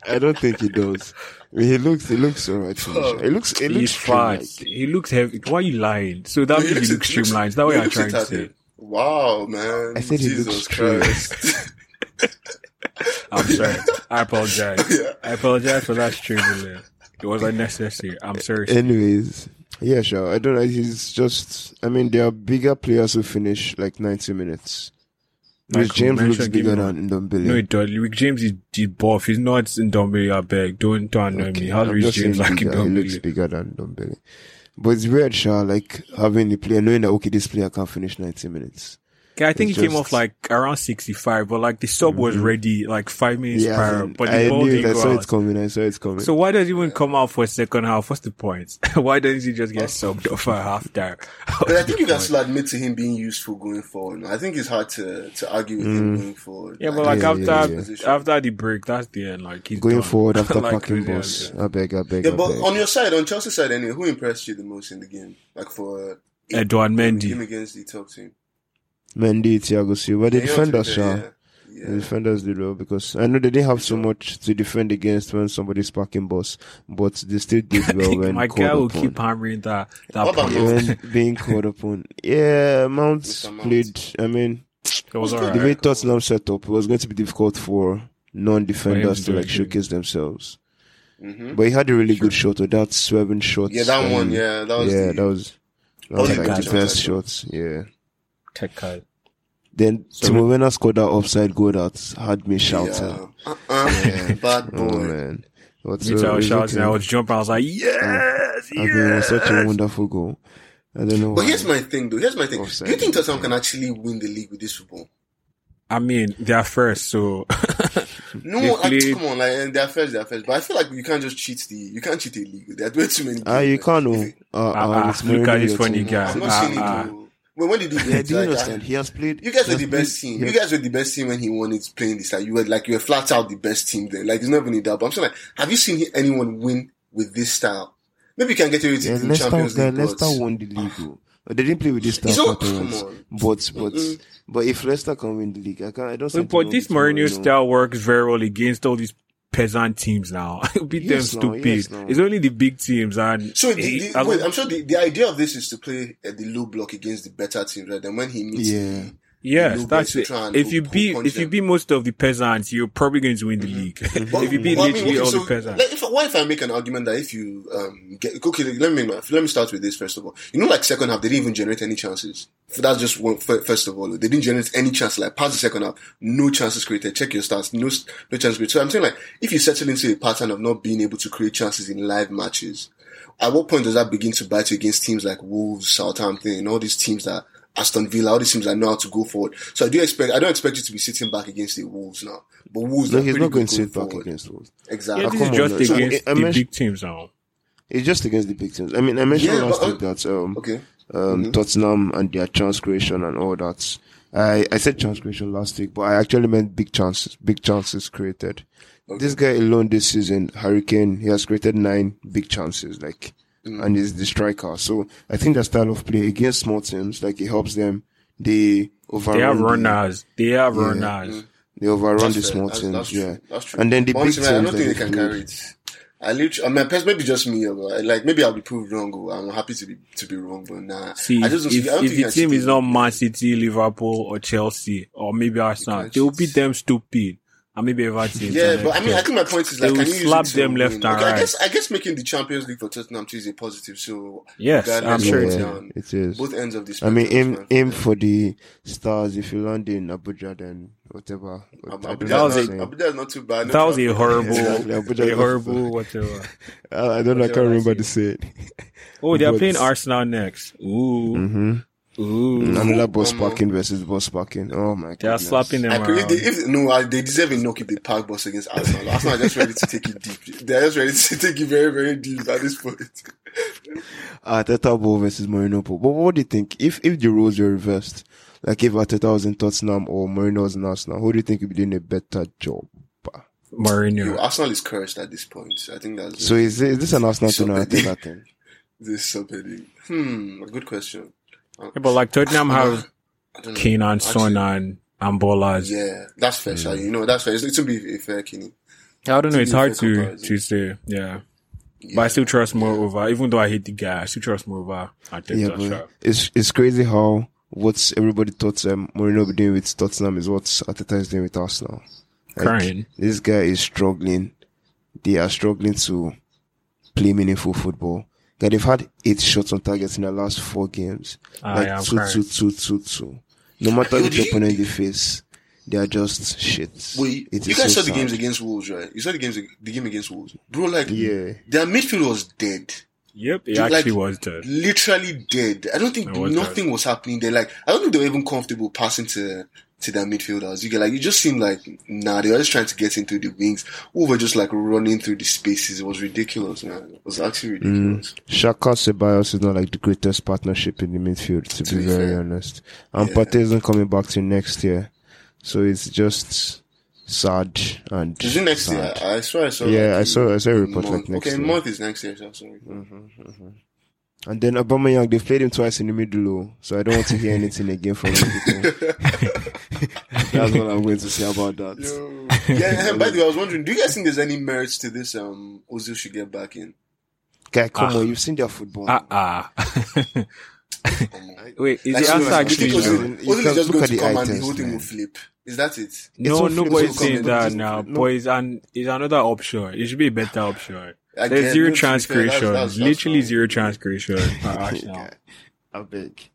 B: I don't think he does. I mean, he looks, he looks alright. to me. He looks, he looks
A: He's fat.
B: fat.
A: He looks heavy. Why are you lying? So that
C: He
A: means
C: looks-
A: he looks
C: he looks-
A: streamlined. Is that what
C: he
A: I'm
C: looks
A: trying to
C: at
A: say?
C: it. Wow, man.
B: I said he
C: Jesus
B: looks true.
C: Christ.
A: I'm sorry. I apologize.
C: Yeah.
A: I apologize for that streaming. there. It was unnecessary. I'm sorry.
B: Anyways, yeah, sure. I don't know. He's just. I mean, there are bigger players who finish like ninety minutes. Because
A: Michael,
B: James looks
A: mention- give
B: bigger
A: me
B: than Ndombele.
A: No, it does. Rick James is the buff. He's not in Dombey. I beg. Don't, don't annoy me. How's
B: I'm
A: Rick
B: just saying
A: James like in
B: bigger. He looks
A: Dombey?
B: bigger than Ndombele. But it's weird, Sha, like having the player knowing that okay, this player can't finish ninety minutes.
A: I think
B: It's
A: he came
B: just- Mm-hmm.
A: off like around 65, but like the sub was ready like five minutes
B: I,
A: prior,
B: mean,
A: but
B: I
A: the ball
B: knew it. I
A: didn't
B: saw
A: go
B: it
A: out.
B: coming. I saw it coming.
A: So why does he even come out for second half? What's the point? why doesn't he just get subbed off at half time?
C: But I think you can still admit to him being useful going forward. I think it's hard to, to argue with him going forward.
A: Yeah, but like
B: Mm. Yeah, yeah,
A: after
C: yeah.
A: after the break, that's the end. Like he's
B: going
A: done.
B: forward after
A: Like,
B: packing
A: yeah,
B: boss. I beg, I beg,
C: Yeah,
B: I
C: but
B: beg.
C: on your side, on Chelsea side anyway, who impressed you the most in the game? Like for
A: yeah. Edouard
C: him
A: Mendy.
C: against the top team?
B: Mendy, Thiago Silva, the
C: Yeah, you're
B: defenders,
C: Twitter,
B: Sha.
C: Yeah.
B: The
C: yeah.
B: defenders did well because I know they didn't have so much to defend against when somebody's packing boss, but they still did well when
A: My guy will
B: called
A: keep
B: upon.
A: hammering that that
C: What about
A: point.
C: Mount?
B: When being called upon. Yeah, Mount
C: Mr. Mount.
B: played. I mean,
A: It was
B: the
A: alright.
B: way Tottenham set up, it was going to be difficult for non-defenders
A: For
B: to
A: him to
B: like
A: do it.
B: showcase themselves.
C: hmm
B: But he had a really good shot, or that swerving shot.
C: yeah, that
B: um,
C: one. Yeah, that was.
B: yeah,
C: the,
B: that was that
C: that
B: was
C: was
A: the
B: like
A: good
B: the
A: shot,
B: best
C: I
B: shots. Yeah.
A: Teka.
B: Then
A: So-
B: Timo Werner scored that offside goal that had me shouting.
C: Yeah. Uh-uh. Bad boy.
B: Oh man. What's
A: Me too, I was shouting. I was jumping. I was like, yes,
B: Oh, I mean, it
A: yes.
B: was such a wonderful goal. I don't know.
C: But
B: why.
C: here's my thing, though. Here's my thing.
B: Offside.
C: Do you think Tottenham can actually win the league with this football?
A: I mean, they're first, so
C: No,
A: They
C: like,
A: played-
C: come on, like eh, and they're first, they're first. But I feel like you can't just cheat the, you can't cheat the league. There are way too many.
B: Ah, you
C: games, like,
B: can't. Oh,
C: if
B: uh,
A: Ah,
B: uh,
A: ah,
B: it's
A: look
B: Mourinho
A: at this
B: your
A: funny
B: team.
A: guy.
C: I'm not
A: Ah,
C: seeing
A: ah.
C: it. though. When, when did you do
B: Yeah,
C: it?
B: do you
C: Like,
B: understand? He has played.
C: I- you guys
B: he has
C: were the best
B: played- he
C: team. You
B: has-
C: guys were the best team when he won it playing this. Like you were like you were flat out the best team then. Like it's not even in doubt. But I'm saying like, have you seen anyone win with this style? Maybe you can get away with
B: Yeah,
C: it in
B: Leicester,
C: Champions
B: guy,
C: League.
B: Leicester
C: but-
B: won the league. oh. They didn't play with this staff
C: It's not-
B: at all.
C: come on.
B: But but but if Leicester can win the league, I can't. I don't.
A: But, but this Mourinho style works very well against all these peasant teams now. Beat
B: Yes,
A: them
B: no,
A: stupid.
B: yes, no.
A: It's only the big teams and
C: So
A: eh,
C: the, the,
A: I
C: wait,
A: don't-
C: I'm sure the, the idea of this is to play at the low block against the better teams, right? And when he meets,
B: Yeah.
A: yes,
C: Lubeck
A: that's
C: to
A: it.
C: try and
A: If you
C: pu-
A: beat
C: punch
A: if you
C: them. Mm-hmm.
A: beat most of the peasants, you're probably going to win the league. if you beat
C: Well, I mean,
A: literally
C: okay,
A: all
C: so
A: the peasants.
C: like, if, why if I make an argument that if you um get okay, let me let me start with this first of all. You know, like second half, they didn't even generate any chances. So That's just one fir- first of all. They didn't generate any chance. Like past the second half, no chances created. Check your stats. No s- no chances created. So I'm saying like if you settle into a pattern of not being able to create chances in live matches, at what point does that begin to bite you against teams like Wolves, Southampton, and all these teams that Aston Villa, all these teams that know how to go forward. So I do expect I don't expect you to be sitting back against the Wolves now. But Wolves,
B: No,
C: are
B: he's
C: pretty
B: not going
C: good
B: to sit back
C: forward.
B: against Wolves.
C: Exactly.
A: yeah,
B: Ah,
A: this is
B: come
A: just
B: on, no. So,
C: eh,
A: against
B: I- I
A: the
B: mentioned-
A: big teams now.
B: It's just against the big teams. I mean, I mentioned
C: Yeah,
B: last
C: but-
B: week that um,
C: Okay.
B: um,
C: Mm-hmm.
B: Tottenham and their chance creation and all that. I, I said chance creation last week, but I actually meant big chances, big chances created. This guy alone this season, Hurricane, he has created nine big chances, like,
C: Mm.
B: and he's the striker. So I think that style of play against small teams, like it helps them. They overrun.
A: They have
B: the-
A: runners. They have runners.
B: They overrun
C: That's
B: the small
C: fair.
B: teams,
C: That's, that's
B: yeah.
C: True. That's true.
B: And then the
C: But honestly,
B: big
C: man,
B: teams.
C: I don't
B: that
C: think
B: they
C: they can
B: played-
C: carry it. I literally, I mean, pers- maybe just me, but uh, like maybe I'll be proved wrong. Or I'm happy to be to be wrong, but nah.
A: See,
C: I
A: if,
C: just don't see- I
A: if,
C: don't think you
A: the
C: can
A: team
C: see
A: is
C: them.
A: not Man City, Liverpool, or Chelsea, or maybe Arsenal,
C: can't
A: they'll
C: cheat.
A: beat them stupid. And maybe Everton.
C: Yeah, but I mean, I think my point is like,
A: They
C: can
A: will
C: you use
A: slap
C: it to
A: them
C: win?
A: left
C: Like,
A: and right.
C: I guess, I guess making the Champions League for Tottenham too is a positive. So
A: Yes,
C: regardless
A: I'm
C: of
A: sure
C: what
A: it's-
C: down,
B: it is.
C: both ends of this.
B: I mean, aim aim for the stars. If you land in Abuja, then whatever. I don't
C: Abuja,
A: That
B: know
A: was a-
B: what I'm
C: was
B: saying.
C: Abuja is not too bad. No
A: that was a
C: traffic.
A: horrible,
B: Exactly, Abuja
A: a
B: was-
A: horrible whatever.
B: Uh, I don't know. I can't
A: Whatever I
B: remember
A: see.
B: the saying.
A: Oh, they're
B: But-
A: playing Arsenal next. Ooh,
B: Mm-hmm.
A: ooh,
B: Another bus
C: Omo.
B: parking versus bus parking. Oh my god.
A: they are slapping them
C: I pray
A: around.
C: if they, if, no, I- they deserve a knock if they park bus against Arsenal. Arsenal are just ready to take it deep. They are just ready to take it very, very deep at this point.
B: Arteta Ball versus Mourinho Ball. But what do you think if if the roles were reversed, like if Arteta was in Tottenham or Mourinho was in Arsenal, who do you think would be doing a better job?
C: Yo,
A: Mourinho.
C: Arsenal is cursed at this point. I think that's
B: So is, is this an Arsenal thing or
C: So-
B: Arteta thing?
C: this subheading. Hmm, a good question. Um,
A: Yeah, but like Tottenham have
C: I don't know.
A: Kane and
C: Actually,
A: Son and and Bolas.
C: Yeah, that's fair, Sha. You know, that's fair. It's, it should be a fair Kenny.
A: I don't know. It's
C: It's a
A: hard
C: difficult
A: to
C: comparison.
A: to say. Yeah.
C: Yeah.
A: But I still trust more over, even though I hate the guy, I still trust more over. I think
B: Yeah,
A: that's
B: but it's it's crazy how what everybody thought um, Mourinho will be doing with Tottenham is what Arteta is doing with Arsenal. Like,
A: Crying.
B: This guy is struggling. They are struggling to play meaningful football. That they've had eight shots on target in the last four games.
A: Ah,
B: like
A: yeah, I'm
B: two,
A: crying.
B: two, two, two, two. No matter
C: Yo,
B: which
C: do you-
B: opponent they face, they are just shit.
C: Wait,
B: It
C: you
B: is
C: guys
B: so
C: saw the
B: sad.
C: games against Wolves, right? You saw the games, the game against Wolves, bro. Like,
B: Yeah.
C: their midfield was dead.
A: Yep, it
C: Like-
A: actually was dead.
C: literally dead. I don't think
A: It was
C: nothing was happening there. Like I don't think they were even comfortable passing to to their midfielders. You get like it just seemed like nah, they were just trying to get in through the wings. We were just like running through the spaces. It was ridiculous, man. It was actually
B: Mm.
C: ridiculous.
B: Shaka Ceballos is not like the greatest partnership in the midfield, to, be,
C: be
B: very
C: fair.
B: honest. And
C: Yeah.
B: Partey isn't coming back till next year, so it's just sad and.
C: Is it next
B: sad.
C: year? I swear I saw.
B: Yeah,
C: like,
B: I saw- I saw a
C: in
B: report, like,
C: month.
B: next
C: okay,
B: year.
C: month is next year. So sorry.
B: And then Aubameyang, they played him twice in the middle, oh, so I don't want to hear anything again from you people. That's what I'm going to say about that.
C: Yo. yeah, and by the way, I was wondering, do you guys think there's any merit to this? Um, Ozil should get back in.
B: Guy, come on, you've seen their football.
A: Ah ah. Wait, is
C: Like,
A: the answer
C: seriously,
A: actually
C: you
A: no?
C: think Ozil,
B: no?
C: Ozil
B: You
C: is
B: can
C: just going
B: look
C: to
B: at the
C: come and the
B: items,
C: whole thing
B: man.
C: will flip. Is that it?
B: It's
A: No,
B: all flips,
A: nobody's
C: it's all
A: saying that
C: comments.
A: now.
B: No.
A: Boys, and it's another option. It should be a better option.
C: I
A: There's
C: get-
A: zero
C: that's- that's-
A: transgression.
C: that's- that's
A: Literally
C: fine.
A: zero transgression. for Arsenal.
B: I beg.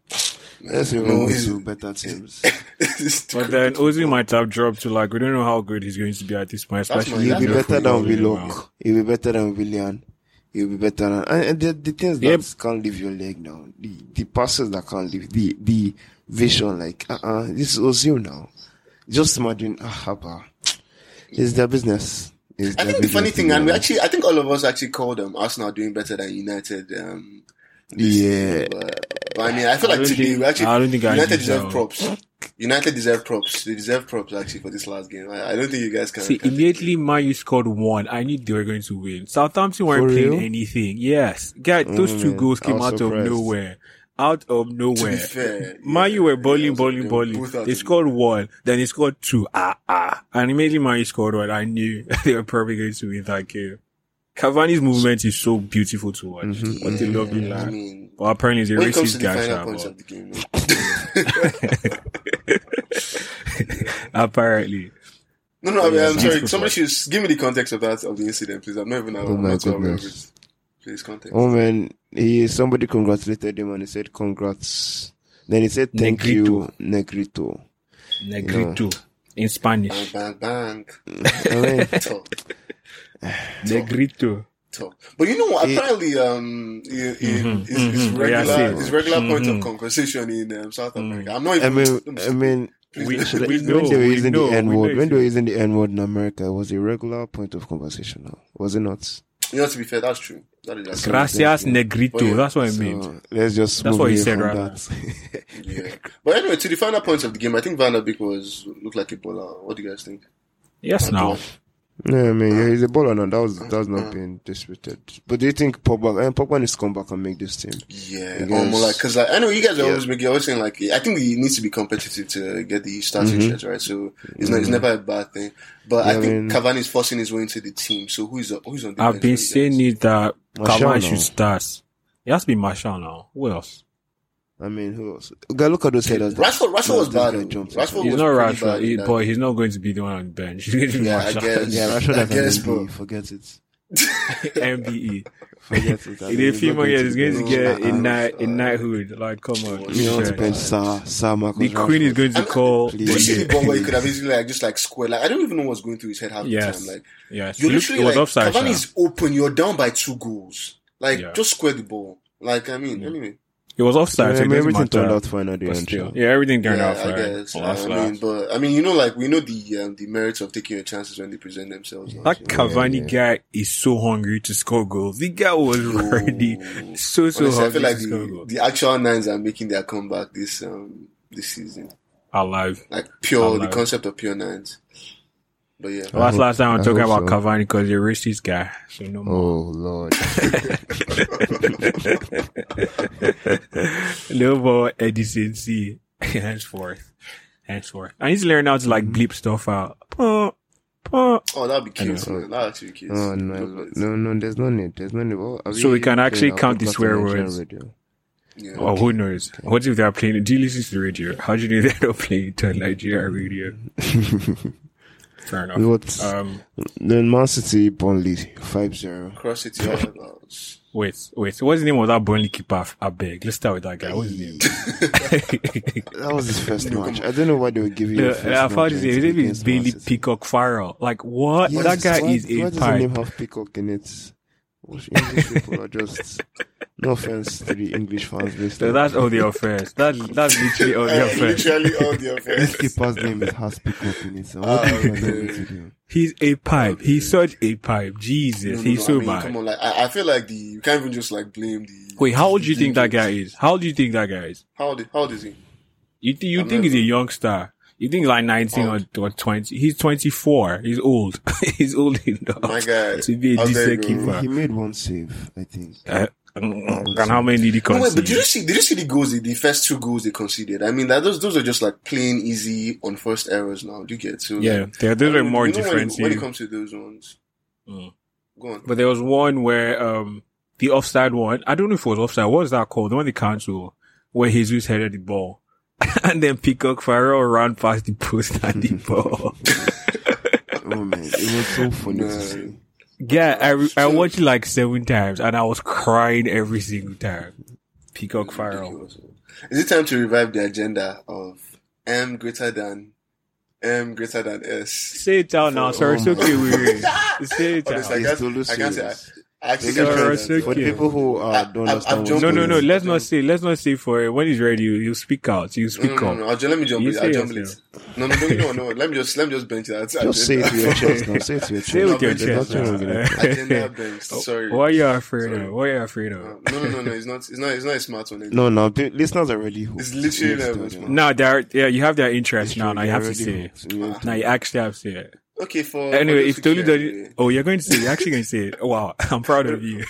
B: Let's see
C: No,
B: no,
C: it's-
B: two better teams.
C: It's
A: But
C: crazy.
A: then Ozil might have dropped to like we don't know how good he's going to be at this point.
C: That's
A: Especially
C: my-
B: He'll be
C: Yeah,
B: better than
A: we
B: Willock. He'll be better than Willian. He'll be better than and, and the, the things that
A: Yep.
B: can't leave your leg now. The the passes that can't leave the the vision like uh uh this is Ozil now. Just imagine ah haba. It's their business. It's
C: I
B: their
C: think the
B: business
C: funny
B: to
C: thing,
B: be
C: and we
B: honest.
C: actually, I think all of us actually called um, Arsenal doing better than United. Um,
B: yeah.
C: but, but I mean, I feel
A: I
C: like
A: don't
C: today
A: think-
C: we actually
A: I don't think I
C: United
A: did
C: deserve
A: that.
C: props. United deserve props. They deserve props actually for this last game. I, I don't think you guys can.
A: See,
C: can-
A: immediately Man U scored one. I knew they were going to win. Southampton
B: For
A: weren't
B: real?
A: playing anything. Yes. Guy, those two
B: man.
A: goals
B: I
A: came
B: was
A: out of
B: surprised.
A: nowhere. out of
C: To be
A: nowhere.
C: fair,
A: Man,
C: yeah,
A: you were bowling,
C: yeah,
A: bowling,
C: they were
A: bowling.
C: both out
A: They
C: of-
A: scored one, then they scored two. Ah, ah. And immediately Man U scored one. I knew they were probably going to win that game. Cavani's movement is so beautiful to watch.
B: Mhm.
A: What a lovely
C: I
A: lad.
C: mean,
A: Well, apparently he's a
C: Mm-hmm. when it comes to
A: racist
C: the
A: gangster.
C: final points
A: but-
C: of the game, man.
A: Apparently.
C: no, no, I mean,
A: Yeah,
C: I'm sorry.
A: beautiful
C: Somebody
A: point.
C: should s- give me the context of that of the incident, please. I'm not even.
B: Oh
C: I'm
B: my
C: not too aware of
B: goodness.
C: it. Please context.
B: Oh man, he somebody congratulated him and he said congrats. Then he said thank you, Negrito.
A: Negrito. In
C: Bang,
A: Spanish.
C: bang, bang.
B: I mean,
C: Talk,
A: Negrito.
C: talk. But you know what?
B: It-
C: Apparently, um, i- i-
A: Mhm,
C: it's, it's
A: mhm. Yeah, I see.
C: regular, it's regular point
A: Mhm.
C: of conversation in um, South
A: Mm.
C: America. I'm not
B: I
C: even.
B: mean, I mean,
A: We,
C: Please,
B: should I-
A: we know.
B: when they were
A: we
B: using
A: know,
B: the N
A: we
B: word,
A: know
B: when
A: it's-
B: they were using the N word in America, it was a regular point of conversation. Now, was it not?
C: you know, to be fair, that's true. That is actually-
A: Gracias,
C: Oh, yeah.
A: Negrito. That's what I meant.
B: So let's just
A: That's
B: move
A: what he
B: away
A: said,
B: from
A: right?
B: that.
C: Yeah. But anyway, to the final points of the game, I think Van der Beek was looked like a baller. What do you guys think?
A: Yes, now.
B: yeah, I mean, yeah, he's a baller now. That was that's not being disputed. But do you think Pogba and Pogba needs to come back and make this team?
C: Yeah,
B: Because-
C: almost like because like, I know you guys are
B: Yeah.
C: always making, always saying like I think he needs to be competitive to get the starting
A: Mm-hmm.
B: Mhm.
C: shirts right. So it's not it's never a bad thing. But
B: Mm-hmm. Yeah,
C: I
B: I
C: think
B: mean-
C: Cavani is forcing his way into the team. So who's who's on the
A: I've been
C: bench for you guys?
A: saying it that
B: Martial
A: Cavani
B: now.
A: should start. It has to be Martial now. Who else?
B: I mean, who else? Okay, look at those headers.
C: Rashford- Rashford
B: No,
C: was
B: this
C: bad,
B: guy
C: though.
B: jumps
C: Rashford
B: up.
A: He's
C: was
A: not
C: pretty
A: Rashford,
C: bad
A: he-
C: in that
A: but he's not going to be the one on the bench. He's going to be
C: Yeah, I
A: Martial.
C: guess.
B: Yeah, Rashford
C: I
B: has
C: guess,
B: an
C: bro.
B: MVP. Forget it.
A: MBE.
B: Forget it. I mean,
A: In E. a
B: he's
A: few
B: not
A: more years, he's going to
B: do
C: No,
B: this.
A: get a
C: uh-uh.
A: night, a knighthood. Like, come on.
B: You don't want to
A: Sure.
B: bench Sa, Sa Marcus
A: The queen is
B: Rashford.
A: going to
C: And-
A: call.
B: Please.
C: Did you see the
A: Yeah,
C: ball where he could have easily like just like square? Like I don't even know what's going through his head half
A: Yes.
C: the time. Like
A: yes.
C: you're
A: He looked-
C: literally
A: it was
C: like
A: offside.
C: Cavani
A: sha.
C: is open. You're down by two goals. Like
A: Yeah.
C: just square the ball. Like I mean, anyway.
A: It was offside. so
B: I
A: it
B: mean,
A: doesn't
B: everything turned
A: matter.
B: out fine at the
A: But
B: end.
A: still,
B: sure.
A: yeah, everything turned
C: yeah,
A: out fine.
C: I guess.
A: Well,
C: I,
A: that's
C: mean,
A: last.
C: but I mean, you know, like we know the um, the merits of taking your chances when they present themselves. now,
A: That
C: so-
A: Cavani guy is so hungry to score goals. The guy was ready. So, so
C: Honestly, I
A: hungry
C: feel like
A: to score
C: the,
A: goals.
C: the actual nines are making their comeback this um this season.
A: Alive.
C: Like pure, the
A: Alive.
C: concept of pure nines. But yeah,
A: Well, that's
B: hope-
A: last time I'm
B: I
A: talking
B: hope
A: about
B: so.
A: Cavani because he's a racist guy. So no more.
B: Oh lord.
A: no more Edison C. Henceforth. Henceforth. I need to learn how to like bleep stuff out. Puh, puh.
C: oh, that'd be cute.
B: know.
C: Man. That'd actually be cute.
B: Oh no, no, no. There's no need. There's no need. Oh, are
A: So we can actually
B: playing a
A: count the
B: podcast
A: swear
B: on Nigerian
A: words.
B: radio?
C: Yeah.
A: Oh, who knows? What if they're playing? Do you listen to the radio? How do you know they're not playing it on Nigeria radio? Fair enough.
B: What?
A: Um,
B: then Man City, Burnley, 5-0.
C: Cross it your elbows.
A: wait, wait. What's the name of that Burnley keeper? I beg. Let's start with that guy. What's his name?
B: That was his first match. I don't know why they were giving.
A: No,
B: him first
A: I
B: match
A: found his name.
B: against-
A: uh, His name is
B: against Man
A: Bailey
B: City.
A: Peacock Farrell. Like what?
B: Yes,
A: that guy
B: why-
A: is
B: Why
A: a
B: does the name
A: pipe.
B: have peacock in it? Well, English people are just. No offense to the English fans
A: So
B: listening.
A: that's all the offense. That's that's literally all the
C: Uh,
A: offense.
C: literally all the
B: This
C: offense.
B: keeper's name is has peacock in it. So
C: Ah,
B: what do you want them
C: okay.
B: to do?
A: He's a pipe. He's such a pipe.
C: No,
A: Jesus,
C: no,
A: he's
C: no,
A: so
C: I mean,
A: bad.
C: Come on, like I, I feel like the you can't even just like blame the.
A: Wait, how old do you
C: the
A: think that
C: defense.
A: guy is? How old do you think that guy is?
C: How old? How old is he?
A: You th- you
C: I'm
A: think he's a
C: never-
A: youngster? You think he's like nineteen or, or twenty? He's twenty four. He's old. he's old enough
C: My God.
A: to be a
C: I'll
A: decent
C: tell you,
A: keeper.
B: He made one save, I think.
A: Uh, and how many did he
C: No, wait,
A: concede?
C: but did you see? Did you see the goals? The, the first two goals they conceded. I mean, that, those those are just like plain easy on first errors. Now, do you get? So
A: yeah,
C: like,
A: there- those
C: I
A: are
C: mean,
A: more
C: you know when it-
A: different.
C: When it comes to those ones,
A: Mm.
C: go on.
A: But there was one where um the offside one. I don't know if it was offside. What was that called? The one they cancelled where Jesus headed the ball, and then Peacock Farrell ran past the post and the ball.
B: Oh man, it was so funny
C: Man.
B: to see.
A: Yeah, I re- I watched it like seven times, and I was crying every single time. Peacock Farrell.
C: Is it time to revive the agenda of M greater than M greater than S?
A: Say it out now, sir. It's
B: Oh
A: okay,
B: my-
A: we're Say it out.
C: Honestly, I
B: It's
C: can't,
B: totally
C: I can't say. I,
B: serious.
C: I actually
A: Sorry,
C: can't say
A: it's
C: that, though.
B: For the
A: okay.
B: people who
C: I-
B: uh, don't
C: I've- I've
B: understand,
C: jumped
A: No,
B: what
A: no, no.
B: it is,
A: Let's not say. Let's not say for it. When he's ready, you you speak out. You
C: No,
A: speak
C: no, no,
A: up.
C: no. I'll ju- let me jump
A: You
C: it.
A: say
C: I'll jump
A: yes,
C: it. No, no, no, no, no. Let me just let me just bench that.
B: Just say it to your chest now. Say it to your
A: Say it
B: chest.
A: with your
C: I've been
A: chest.
B: doing nothing wrong
A: now.
C: agenda bench. Sorry.
A: What are Oh, you afraid
C: Sorry.
A: of? What are you afraid of?
C: No, no, no, no. It's not. It's not. It's not a smart one.
B: No, no, the listeners already hooked.
C: It's literally
B: Let's
C: like-
B: do it.
A: No, they're, yeah, you have their interest now. Now you
B: They're
A: have to
B: already
A: say it.
B: hooked. You have to-
A: Now you actually have to say it.
C: Okay, for
A: Anyway, if
C: Tolu
A: Oh, Tolu doesn't, oh, you're going to say, it. you're actually going to say it. Wow, I'm proud of you.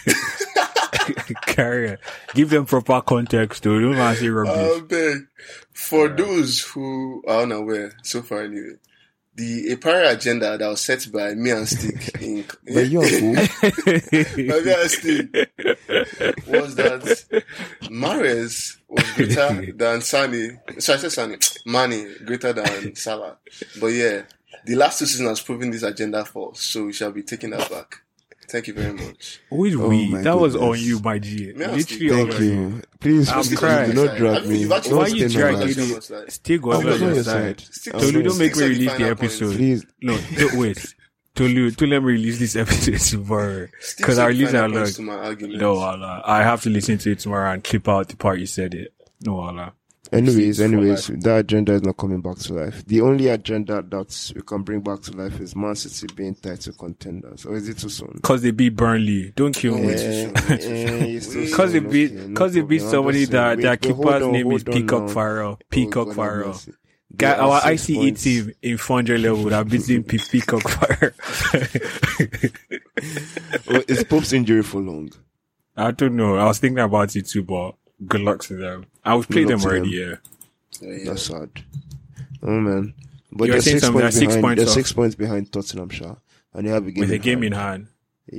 A: Carry on. Give them proper context, though. Don't want to say rubbish.
B: Um,
C: I beg. For those who are unaware, so far anyway, the Apara agenda that was set by me and Stick in
B: But you're cool.
C: by me and Stick was that Mares was greater than Sani. So I said Sani, Mani greater than Salah. But yeah, the last two seasons has proven this agenda false, so we shall be taking that back. Thank you very much.
A: Who is
B: Oh
A: we?
B: my
A: That was
B: goodness.
A: on you, my G.
C: Yeah,
A: Literally on
B: Thank
A: you.
B: you. Please,
A: I'm
B: please
A: crying.
B: do not drag
C: I
B: me.
C: mean, you've actually-
A: Why
B: Don't
A: you
B: stand on
A: dragging
B: my
A: me?
B: side. Oh,
C: Stick was like-
A: Stick
B: I
A: was
B: was
A: on your side.
C: Stick
B: I was
A: Tolu,
B: on your
A: don't make me
C: Stick said the
A: release the
C: final point.
A: episode.
B: Please,
A: No, don't wait. Tolu, Tolu, let me release this episode tomorrow.
C: Stick
A: Because
C: said
A: I
C: the
A: release
C: final
A: our
C: points
A: look.
C: to my argument.
A: No, Allah. I have to listen to it tomorrow and clip out the part you said it. No, Allah.
B: Anyways,
A: for
B: anyways, that agenda is not coming back to life. The only agenda that we can bring back to life is Man City being title contenders. Or is it too soon?
A: Because they beat Burnley. Don't kill
C: No,
A: me.
C: it's too soon, it's too soon.
A: Because it beat, because it beat somebody that their keeper's name is Peacock
B: Farrell.
A: Farrell. Peacock Farrell. Guy, our ICE team in 400 level would have beaten Pe- Peacock Farrell.
B: is Oh, Pope's injury for long?
A: I don't know. I was thinking about it too, but good luck to them. I would play
B: Good
A: them
B: luck to
A: already, yeah.
C: Yeah, yeah.
B: That's sad. Oh man, but
A: You were
B: they're
A: saying
B: six,
A: something,
B: points
A: they're six
B: behind,
A: points
B: they're
A: off.
B: six points behind Tottenham, Shah, and they have a game.
A: With a
B: in
A: game in
B: hand.
A: hand.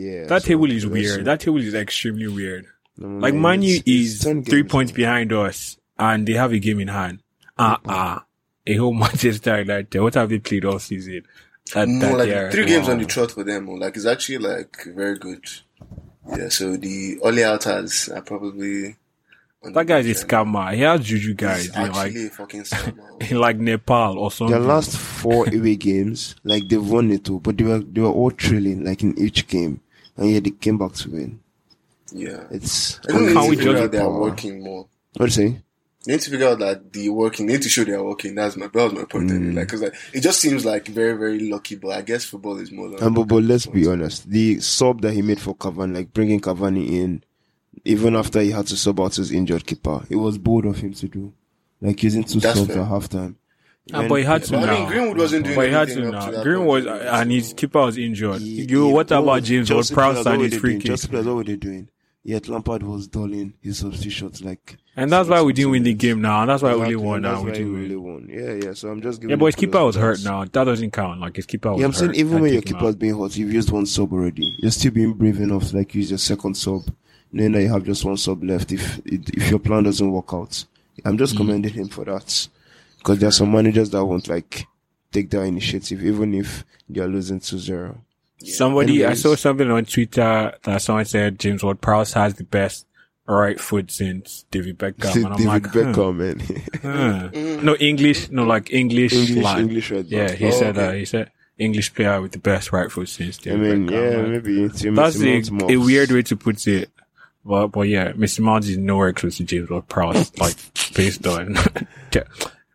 B: Yeah,
A: That
B: so
A: table is
B: that's
A: weird.
B: it.
A: That table is extremely weird.
B: No, no,
A: Like
B: no,
A: Manu
B: it's- it's
A: is
B: ten
A: three
B: games.
A: points behind us and they have a game in hand. Uh
C: Mm-hmm.
A: uh A whole Manchester United. What have they played all season? That,
C: No,
A: that
C: Mm, like
A: they are-
C: three games on the trot for them. oh, Like it's actually like very good. Yeah, so the only outers are probably.
A: That
C: on the
A: guy's a
C: weekend.
A: scammer. He has juju guys
C: He's
A: in like
C: actually a fucking scammer.
A: in like Nepal or something.
B: Their last four away games, like they've won it all, but they were they were all trailing like in each game, and yet they came back to win.
C: yeah,
B: It's
C: I think
A: Can't
C: they need
A: we
C: to figure
A: judge
C: out they are
B: power.
C: working more.
B: What do you say?
C: They need to figure out that the working. They need to show they are working. That's my that was my point. anyway. Like, 'cause, like it just seems like very very lucky, but I guess football is more than.
B: And but, but let's be honest, the sub that he made for Cavani, like bringing Cavani in, even after he had to sub out his injured keeper, it was bold of him to do, like using two
C: That's
B: subs
C: fair.
B: at halftime.
A: Ah, but he had to
C: But I
A: now.
C: mean, Greenwood wasn't doing
A: But he had
C: anything
A: to
C: up to
A: now.
C: that
A: Green
C: point, Mm.
A: was,
C: anyway,
A: and
C: so-
A: his keeper was injured.
B: He-
A: Yo,
B: he-
A: what
B: no,
A: about James Ward
B: Chelsea players,
A: Prowse
B: what
A: and
B: were
A: his
B: they
A: free
B: doing?
A: kick?
B: Chelsea players, what were they doing? Yet Lampard was dulling his substitutions, like,
A: And that's why we didn't win the
B: substitutes.
A: game now. And that's why we only
B: Exactly,
A: won
B: and that's
A: now. We
B: why
A: didn't
B: he
A: win.
B: really won. Yeah, yeah. So I'm just giving.
A: Yeah, but his
B: kudos
A: keeper
B: to
A: was hurt
B: us.
A: now. That doesn't count. Like his keeper was
B: Yeah, I'm saying
A: hurt.
B: even
A: I
B: when your
A: take him
B: keeper
A: out.
B: is being hurt, you've used one sub already. You're still being brave enough to like use your second sub, knowing that you have just one sub left. If if your plan doesn't work out, I'm
A: Mm.
B: just commending him for that, because there are some managers that won't like take that initiative, even if they are losing 2-0.
A: Somebody, I
B: Anyways.
A: saw something on Twitter that someone said James Ward Prowse has the best right foot since David Beckham.
B: David
A: and I'm like, huh,
B: Beckham, man.
A: huh. no English, no like English,
B: English,
A: line.
B: English right
A: yeah,
B: back.
A: he
B: Oh,
A: said that.
C: okay.
A: He said English player with the best right foot since
B: I
A: David
B: mean,
A: Beckham.
B: yeah,
A: Like,
B: maybe it's him,
A: That's
B: it's him, it's
A: a, a
B: Mops.
A: weird way to put it. But, but yeah, Mr. Miles is nowhere close to James Ward Prowse, like, based on. yeah.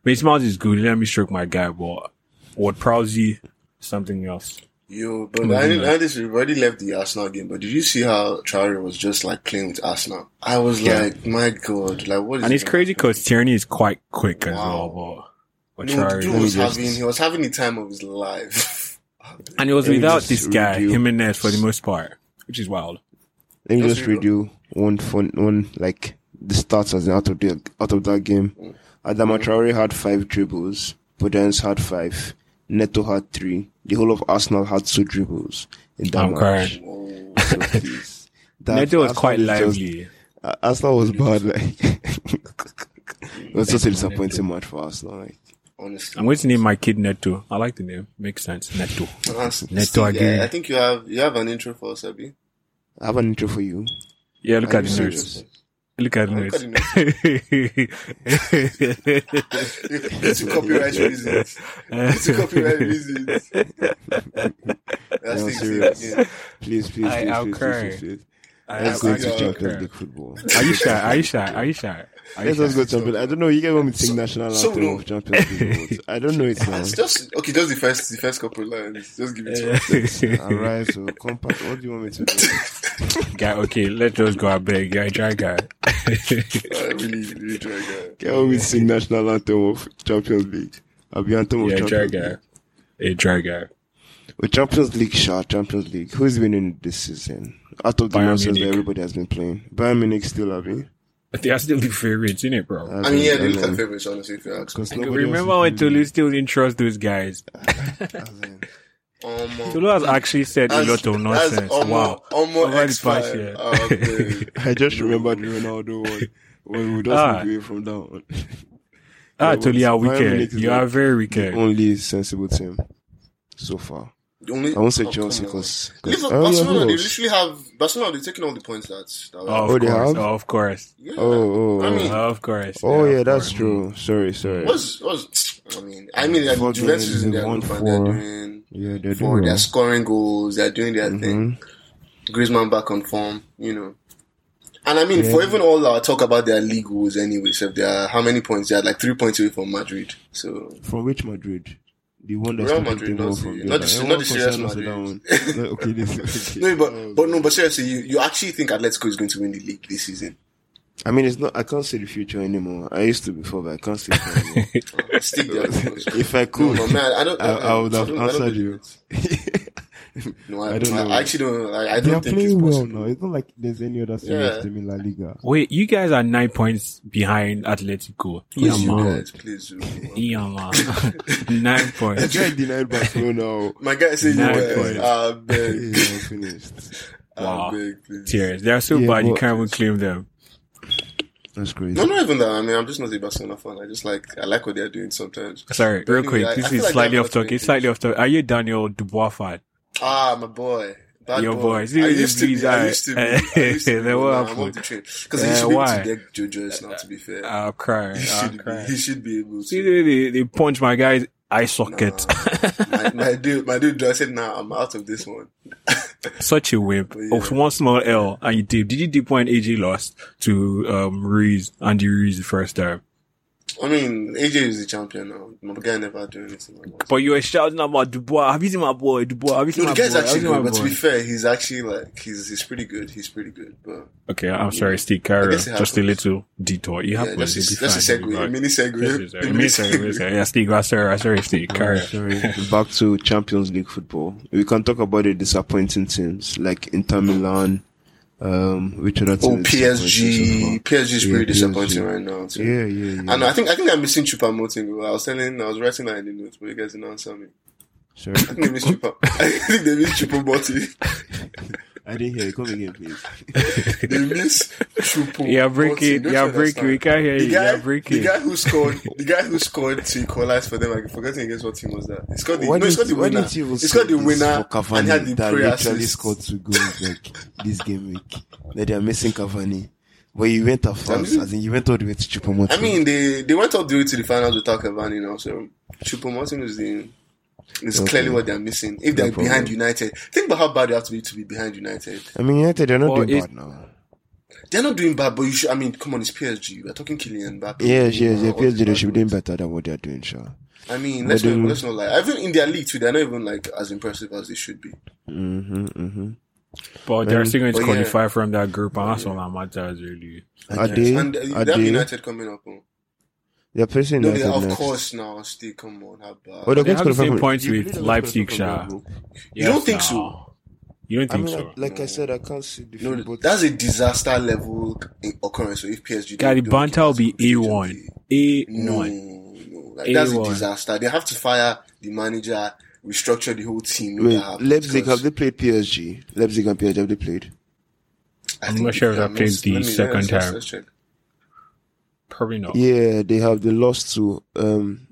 A: Mr. Miles is good. Let me stroke my guy, but Ward Prowse, something else.
C: Yo, but I didn't, I just, we already left the Arsenal game, but did you see how Traore was just like playing with Arsenal? I was
A: Yeah.
C: like, my god, like what is
A: And it's
C: going
A: crazy because Tierney is quite quick as
C: Wow.
A: well, but,
C: on?
A: but
C: No, the
A: Traore-
C: dude
B: Let me
C: was
B: just-
C: having, he was having the time of his life.
A: and it was
B: Let me
A: without
B: just
A: this guy,
B: review.
A: Jimenez, for the most part, which is wild.
B: Let me
C: That's
B: just
C: real.
B: read you one fun one like the stats as in out of the out of that game. Adama Traore had five dribbles, Podence had five, Neto had three. The whole of Arsenal had two dribbles in that
A: I'm
B: match.
C: Whoa.
B: So please, that-
A: Neto was
B: Arsenal
A: quite
B: is just-
A: lively.
B: A- Arsenal was bad. Like it was just a disappointing match for Arsenal. Like
C: Honestly,
A: I'm going to name my kid Neto. I like the name. Makes sense. Neto.
C: Honestly,
A: Neto
C: Steve,
A: Aguirre.
C: I, I think you have you have an intro for us, Abi.
B: I have an intro for you.
A: Yeah, look
B: Are
A: at
B: you
A: the
B: serious?
A: nurse. Look at the
C: Look at the
A: nurse.
C: It's a copyright reasons. It's a copyright reasons. That's
B: No,
C: the
B: serious.
C: serious.
B: Please, please,
A: I-
B: please,
A: I'll
B: please,
A: cry.
B: please, please, please.
A: I-
B: Let's
A: I-
B: go
A: I-
B: to
C: I'll
B: Champions League football.
A: Are you shy? Are you shy? Are you shy? Are you
B: Let's just
A: shy?
B: go champion. I don't know. You guys want me to sing national
C: so
B: anthem
C: no.
B: of Champions League? votes. I don't know it now.
C: Just okay, just the first the first couple lines. Just give it to us.
B: Alright, so compact. What do you want me to do?
A: Guy, okay, let's just go. I beg. Guy, try, guy.
C: I really, really try, guy.
B: Can want me to sing national anthem of Champions League? I'll be anthem of
A: Yeah, try,
B: Champions
A: guy.
B: League.
A: Hey, try, guy.
B: Well, Champions League, sure. Champions League. Who's winning this season? Out of the
A: Bayern
B: nonsense that
A: Munich.
B: everybody has been playing, Bayern Munich still having.
A: But they are still the favorites, isn't it, bro?
C: I mean, yeah, they look like favorites, honestly, if you ask.
B: Because nobody
A: Remember
B: else
A: when
B: is doing
A: Tolu still didn't trust those guys?
B: it, as in.
C: Um,
A: Tolu has actually said a lot of nonsense. Wow.
C: Almost
A: Over the
C: X
A: past
C: Factor.
A: year.
C: Oh, man.
B: I just remembered the Ronaldo one. Well, we just
A: Ah.
B: ah. away from that one.
A: Ah,
B: It
A: Tolu, you are
B: was Bayern
A: wicked.
B: Munich is
A: You
B: like Oh,
A: are very
B: The
A: wicked.
B: only sensible team so far.
C: The only-
B: I won't say Oh,
C: oh,
B: Chelsea
C: come on.
B: because
C: Liverpool, Barcelona, they literally have Barcelona. They're taking all the points that. that were-
A: Of
B: Oh, they
A: course,
B: have?
A: of course,
C: yeah.
B: oh, oh,
C: I mean,
A: of course.
B: Oh yeah,
A: of
B: that's
A: course.
B: true. Sorry, sorry.
C: what's what's? I mean, I mean, like,
B: Fucking
C: Juventus is in their
B: one
C: group and
B: for-
C: they're doing
B: yeah, they're
C: for.
B: doing
C: They're
B: well.
C: scoring goals. They're doing their thing.
B: Mhm.
C: Griezmann back on form, you know. And I mean, for even all our talk about their league goals, anyways, if they are how many points? They are like three points away from Madrid. So
B: From which Madrid? The one that's
C: Real
B: taking
C: Madrid,
B: them
C: not
B: all
C: the-
B: from
C: not the-
B: other.
C: not the
B: Everyone
C: serious
B: concerns that one.
C: Madrid.
B: No, okay, this, okay. Oh.
C: no, but but no, but seriously, you, you actually think Atletico is going to win the league this season?
B: I mean, it's not. I can't see the future anymore. I used to before, but I can't see. it anymore.
C: Stick there.
B: if I
C: No,
B: could,
C: no, man, I don't.
B: I, I would have
C: don't- I don't
B: answered you.
C: think- No, I,
B: I don't
C: I
B: know.
C: actually don't. Like, I
B: they are
C: don't think it's
B: playing well
C: possible.
B: now. It's not like there's any other serious
C: Yeah.
B: team in La Liga.
A: Wait, you guys are nine points behind Atletico. Yeah,
C: Please, you
A: man.
C: guys, please. you.
A: Yeah, man. nine
B: The
A: points.
B: guy denied Barcelona.
C: My guy said you uh,
A: Nine
C: guys.
A: points.
C: I
B: Yeah,
C: beg,
B: I'm finished.
A: Wow.
C: I beg, please.
A: Tears. They are so
B: Yeah,
A: bad you
B: but-
A: can't even claim them.
B: That's crazy.
C: No, not even that. I mean, I'm just not a Barcelona fan. I just like I like what they're doing sometimes.
A: Sorry,
C: But
A: real
C: anyway,
A: quick.
C: I- I
A: This
C: feel
A: is
C: like
A: slightly
C: I'm
A: off topic.
C: motivated.
A: It's slightly off topic. Are you Daniel Dubois fan?
C: Ah, my boy. Bad
A: Your
C: boy.
A: boy. See
C: I
A: what he
C: used to
A: bleeds
C: be. I
A: out.
C: used to be. I used to be.
A: Then what
C: Nah, I'm
A: happened?
C: off the train. Because
A: Eh,
C: he should be
A: why? Uh,
C: able to get JoJo's now, to be fair.
A: I'll cry.
C: he,
A: I'll
C: should be,
A: cry.
C: he should be able
A: See
C: to.
A: the way they, they punch my guy's eye socket.
C: my, my dude, my dude, I said, nah, I'm out of this one.
A: Such a whip.
C: But yeah.
A: Oh, one small L and you dip. Did you dip when AJ lost to um Ruiz Andy Ruiz the first time?
C: I mean, AJ is the champion now. My guy never do anything like that.
A: But you were shouting about Dubois. Have you seen my boy? Dubois. Have you seen
C: No,
A: my
C: the guy's
A: boy? Have
C: actually
A: you seen my
C: good, but to
A: boy?
C: be fair, he's actually like he's he's pretty good. He's pretty good, but
A: Okay, I'm sorry, Steve Cairo.
C: I guess it
A: Just a
C: happens.
A: little detour. You have
C: yeah,
A: to
C: that's a, that's a segue, a mini segue. A mini segue.
A: Yeah, Steve, I'm sorry, I'm sorry, Steve. Carry. on.
B: Sorry. Back to Champions League football. We can talk about the disappointing teams like Inter Milan, um, which other
C: Oh,
B: team is
C: PSG,
B: disappointing
C: PSG is
B: Yeah,
C: pretty
B: PSG.
C: disappointing right now.
B: so far?
C: Too.
B: Yeah, yeah, yeah.
C: I know. I think I think I'm missing Chupa Moting. I was telling, I was writing that in the notes, but you guys didn't answer me.
B: Sorry.
C: I think they missed Chupa. I think they missed Chupa Moting.
B: I didn't hear you. Come again, please.
C: They miss Chupa.
A: Yeah, break it. Yeah,
C: Moting. Don't you
A: break it. We
C: understand?
A: can't hear
C: The
A: you.
C: guy,
A: Yeah, break
C: the
A: it.
C: guy who scored, the guy who scored to equalize for them. I forgotten against what team was that. He scored the,
B: Why
C: no, he
B: didn't-
C: scored the
B: why
C: winner.
B: didn't you even
C: He
B: say
C: scored the
B: this
C: winner
B: for Cavani
C: and had the
B: that
C: prayer
B: literally
C: assist.
B: scored two goals like this game week? That they are missing Cavani, but you went as far as
C: mean-
B: in you went all the way to Chupomoting.
C: I mean, they they went all the way to the finals without Cavani now. So Choupo-Moting is the is
B: Okay.
C: clearly what they're missing. If they're
B: problem.
C: behind United, think about how bad they have to be to be behind United.
B: I mean, United they're not
A: Well,
B: doing
A: it-
B: bad now.
C: They're not doing bad, but you should. I mean, come on, it's PSG. We're talking Kylian Mbappe.
B: Yes, yes,
C: Uh,
B: yeah.
C: all these
B: PSG they should be doing
C: bad
B: better than what they are doing, sure.
C: boys. I mean, let's
B: But they-
C: not let's not lie. Even in their league too, they're not even like as impressive as they should be.
B: Mm-hmm, mm-hmm.
A: But they're still going to
C: But yeah.
A: qualify from that group, and that's all that matters, really.
B: Are they?
C: And uh,
B: Are
C: they have
B: they?
C: United coming up. oh.
B: They're facing
C: No, they,
B: United
C: of
B: next.
C: course now. Still, come on, how bad?
B: Oh, they're
A: They have
B: going to
A: the
B: qualify
A: same
B: from-
A: points
B: You
A: with
B: really don't
A: Leipzig,
B: qualify
A: Sha.
B: from that group.
C: You don't
A: Yes,
C: think
A: nah.
C: so?
A: You don't
B: I
A: think
B: mean,
A: so?
B: like, like I said, I can't see the
C: no,
B: football.
C: that's a disaster level occurrence. So if PSG,
A: Guy, the
C: don't make it
A: banter will be
C: to the
A: A1. A1.
C: No, no. Like, that's a
A: A1.
C: disaster. They have to fire the manager, restructure the whole team.
B: Wait,
C: that happens,
B: Leipzig, have
C: 'cause
B: they played PSG? Leipzig and PSG, have they played?
C: I
A: I'm
C: think
A: not sure if
C: they
A: I played
C: missed-
A: the
C: let me-
A: second
C: let's- let's-
A: time.
C: let's check.
A: Probably not.
B: Yeah, they have. They lost to, um,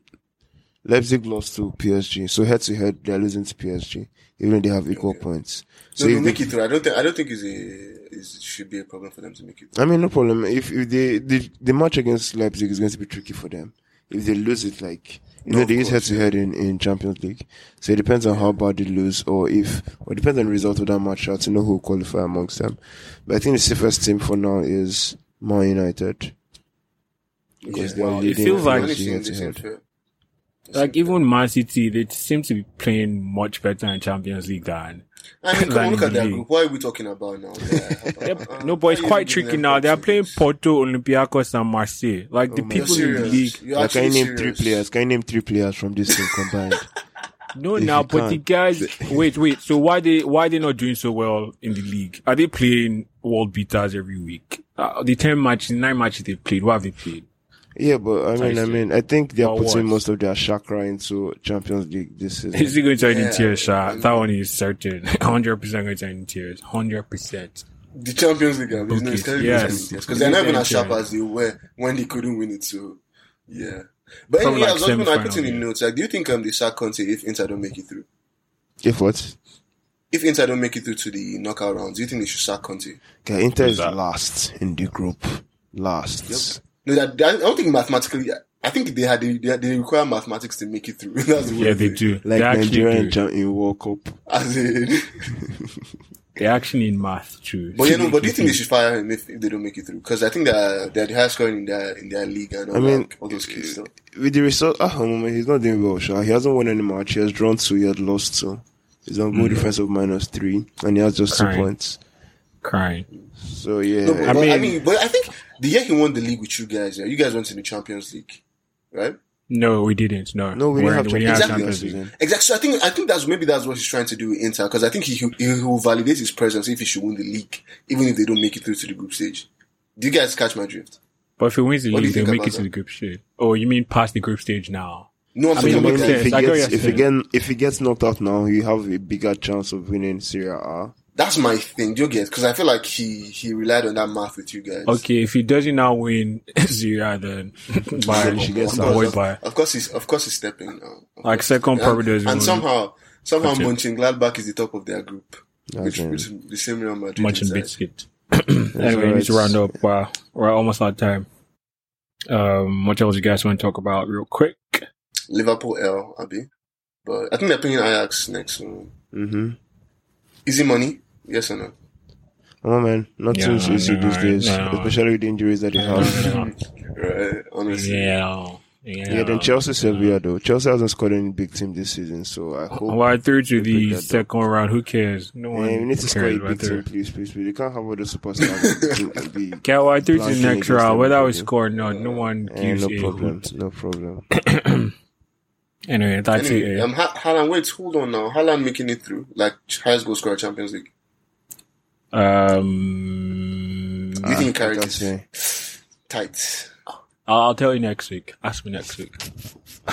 B: Leipzig lost to PSG. So head to head, they're losing to PSG. Even if they have equal points. So
C: No, no,
B: if
C: make it through. I don't think. I don't think it's a. Is, should be a problem for them to make it.
B: I mean, no problem. If, if they, the, the match against Leipzig is going to be tricky for them. If they lose it, like, you
C: No,
B: know,
C: of
B: they use head
C: course,
B: to head in, in Champions League. So it depends on how bad they lose or if, or it depends on the result of that match out to know who will qualify amongst them. But I think the safest team for now is Man United. Because
C: Yeah.
B: they are
A: Wow, it
B: leading
A: feels like-
B: PSG
C: Anything,
B: head to
C: they seem
B: head.
C: fair. They
A: Like
C: seem fair.
A: even Man City, they seem to be playing much better in Champions League than
C: I mean, come on,
A: than
C: look
A: in
C: at
A: the
C: that
A: league.
C: group. What are we talking about now? Yeah,
A: Yep.
C: uh,
A: no, but it's
C: why are you
A: quite
C: giving
A: tricky
C: them
A: now. They are
C: options?
A: playing Porto, Olympiacos, and Marseille. Like the
B: Oh my
A: people
C: You're
A: in the
C: serious?
A: league.
C: You're
B: Like, can
C: actually
B: you name three
C: serious?
B: players? Can you name three players from this team combined?
A: No,
B: If
A: now,
B: you
A: but the
B: can't.
A: guys, wait, wait. So why they why they not doing so well in the league? Are they playing world beaters every week? Uh, the ten matches, nine matches they played. What have they played?
B: Yeah, but I mean, I,
A: see.
B: mean, I think they are
A: Or
B: putting
A: what?
B: most of their chakra into Champions League this season.
A: Is it going to end
C: Yeah.
A: in tears, Sha? That one is certain. Hundred percent going to end in tears. Hundred percent.
C: The Champions League, Abby.
A: Okay,
C: No, it's terrible.
A: yes.
C: Because they're not even as sharp as they were when they couldn't win it. So, yeah. But
A: Probably
C: anyway,
A: like
C: I was also gonna- I put in
A: semi-final,
C: the
A: yeah.
C: notes. Like, do you think um, they sack Conte if Inter don't make it through?
B: If what?
C: If Inter don't make it through to the knockout rounds, do you think they should sack Conte?
B: Okay, Inter is
A: that?
B: last in the group. Last.
C: No, that, that- I don't think mathematically. I think they had they, they, they require mathematics to make it through. That's the
A: Yeah,
C: way
A: they
C: it is.
A: do.
B: Like
A: they actually
B: Nigeria in,
A: do.
B: Cha- in World Cup.
C: As in,
A: They're actually in math too.
C: but you know, but do you think they should fire him if, if they don't make it through? Because I think they're they're the highest scoring in their in their league and all,
B: I mean,
C: that, all those kids. Stuff.
B: With the result, ah, moment, he's not doing well, sure. He hasn't won any match. He has drawn two, he has lost two. He's on
A: Mm.
B: goal defense of minus three, and he has just
A: Right.
B: two points.
A: crying?
B: So, yeah.
C: No, but,
A: I
C: I, mean, I
A: mean-
C: mean, but I think the year he won the league with you guys, yeah, you guys went to the Champions League, right?
A: No, we didn't. No,
B: no, we
A: We're-
B: didn't have
A: we didn't
B: Champions
A: have
B: League last
A: Champions League.
B: season.
C: Exactly. So I think I think that's maybe that's what he's trying to do with Inter because I think he, he he will validate his presence if he should win the league, even if they don't make it through to the group stage. Do you guys catch my drift?
A: But if he wins the
C: What do you
A: league, they'll
C: think
A: make
C: about
A: it to
C: that?
A: the group stage. Oh, you mean past the group stage now?
C: No, I'm
A: I
C: talking
A: mean, it
C: about
A: makes
C: the
A: sense.
B: if he
A: I get what
B: gets
A: you're
B: if he
A: saying.
B: get if he gets knocked out now, you have a bigger chance of winning Serie A.
C: That's my thing. Do you get? Because I feel like he he relied on that math with you guys.
A: Okay, if he doesn't now win Syria, then
B: Then
A: bye.
B: she gets
A: It's
C: Of
A: a
B: out.
A: boy
C: course,
A: bye.
C: of, of course he's of course he's stepping now. Of
A: Like
C: course.
A: second probably
C: and,
A: doesn't
C: and
A: win.
C: somehow somehow
A: Okay.
C: Mönchengladbach is the top of their group, which,
B: Okay.
C: which is the same Real Madrid.
A: much in
C: inside.
A: biscuit. anyway, we need to
B: alright.
A: round up. Wow, we're almost out of time. Um, what else you guys want to talk about real quick?
C: Liverpool L, Abby. But I think they're playing Ajax next. So.
B: Mm-hmm.
C: Easy money? Yes or no?
B: Oh man, nothing's
A: Yeah,
B: easy
A: no,
B: these days,
A: no.
B: especially with the injuries that they have.
C: Right, honestly.
A: yeah,
B: Yeah, then Chelsea Sevilla though. Chelsea hasn't scored any big team this season, so I hope.
A: Why through to
B: pick
A: the
B: that up.
A: second round? Who cares? No
B: Yeah,
A: one
B: we need to
A: cares
B: score a
A: about
B: big team,
A: through.
B: please, please, please. You can't have all the superstars. on the team and be- eh,
A: Okay, why through to the
B: Blanching
A: next
B: against
A: round? Whether we
B: everybody.
A: score or not, no one
B: Eh,
A: gives
B: no
A: a
B: problem,
A: hoot.
B: no problem.
A: Anyway, that's
C: Anyway,
A: it. eh?
C: um, ha- Haaland, wait, hold on now. Haaland making it through, like highest goal scorer Champions League.
A: Um,
C: Do you think he
B: Ah, I
C: carried
B: can't
C: it
B: say.
C: tight?
A: I'll, I'll tell you next week. Ask me next week.
B: I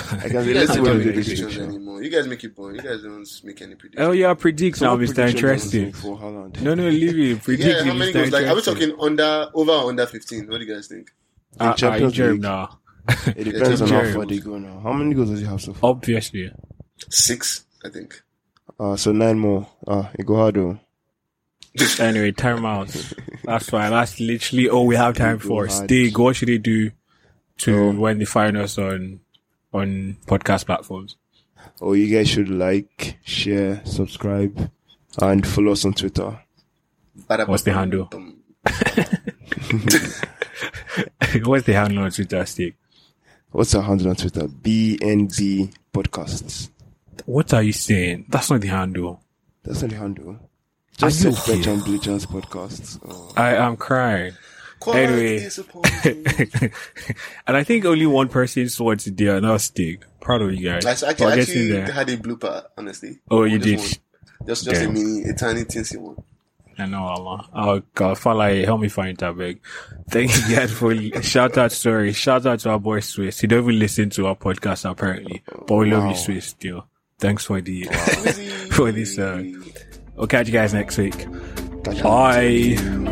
B: can't say.
C: You guys
B: Let's wait
C: don't do
A: the
B: and do this
C: predictions
B: prediction.
C: anymore. You guys make it boring. You guys don't make any predictions.
A: Oh yeah, predict now,
B: What
A: Mister
B: prediction do you want to
A: Interesting.
B: make for Haaland?
A: No, no, leave it. Predict
C: yeah, how many
A: Mr.
C: goals? Like, are we
A: Interesting.
C: talking under, over or under 15? What do you guys think?
A: Uh, uh,
B: Champions
A: Jerem
B: League.
A: now.
B: It depends on how
A: Jerry.
B: far they go now. How many goals does he have so far?
A: Obviously.
C: Six, I think.
B: Uh, so nine more. Uh, Iguodala.
A: Anyway, timeout. That's fine. That's literally all we have time for. Stig, what should they do to
B: Oh.
A: when they find us on on podcast platforms?
B: Oh, you guys should like, share, subscribe, and follow us on Twitter.
A: What's the handle?
C: Um,
A: What's the handle on Twitter, Stig?
B: What's our handle on Twitter? BNB Podcasts.
A: What are you saying? That's not the handle.
B: That's not the handle. Just
A: you
B: search French
A: here?
B: and Blue Chance Podcasts. Oh.
A: I am crying.
C: Quite
A: Anyway.
C: disappointing.
A: and I think only one person saw it today, and that was Stig. Proud of you guys.
C: Like, so
A: For
C: actually,
A: getting
C: actually
A: there.
C: had a blooper, honestly.
A: Oh, you
C: Just
A: did.
C: one. Just, just a
A: Damn.
C: mini, a tiny, teensy one.
A: I know, Allah. Oh God, Fala, help me find that bag. Thank you guys for shout out. Sorry, shout out to our boy Swiss. He don't even listen to our podcast apparently, but we love
B: Wow.
A: you, Swiss. Still, thanks for the for this. Uh, we'll catch you guys next week.
B: Catch you.
A: Bye.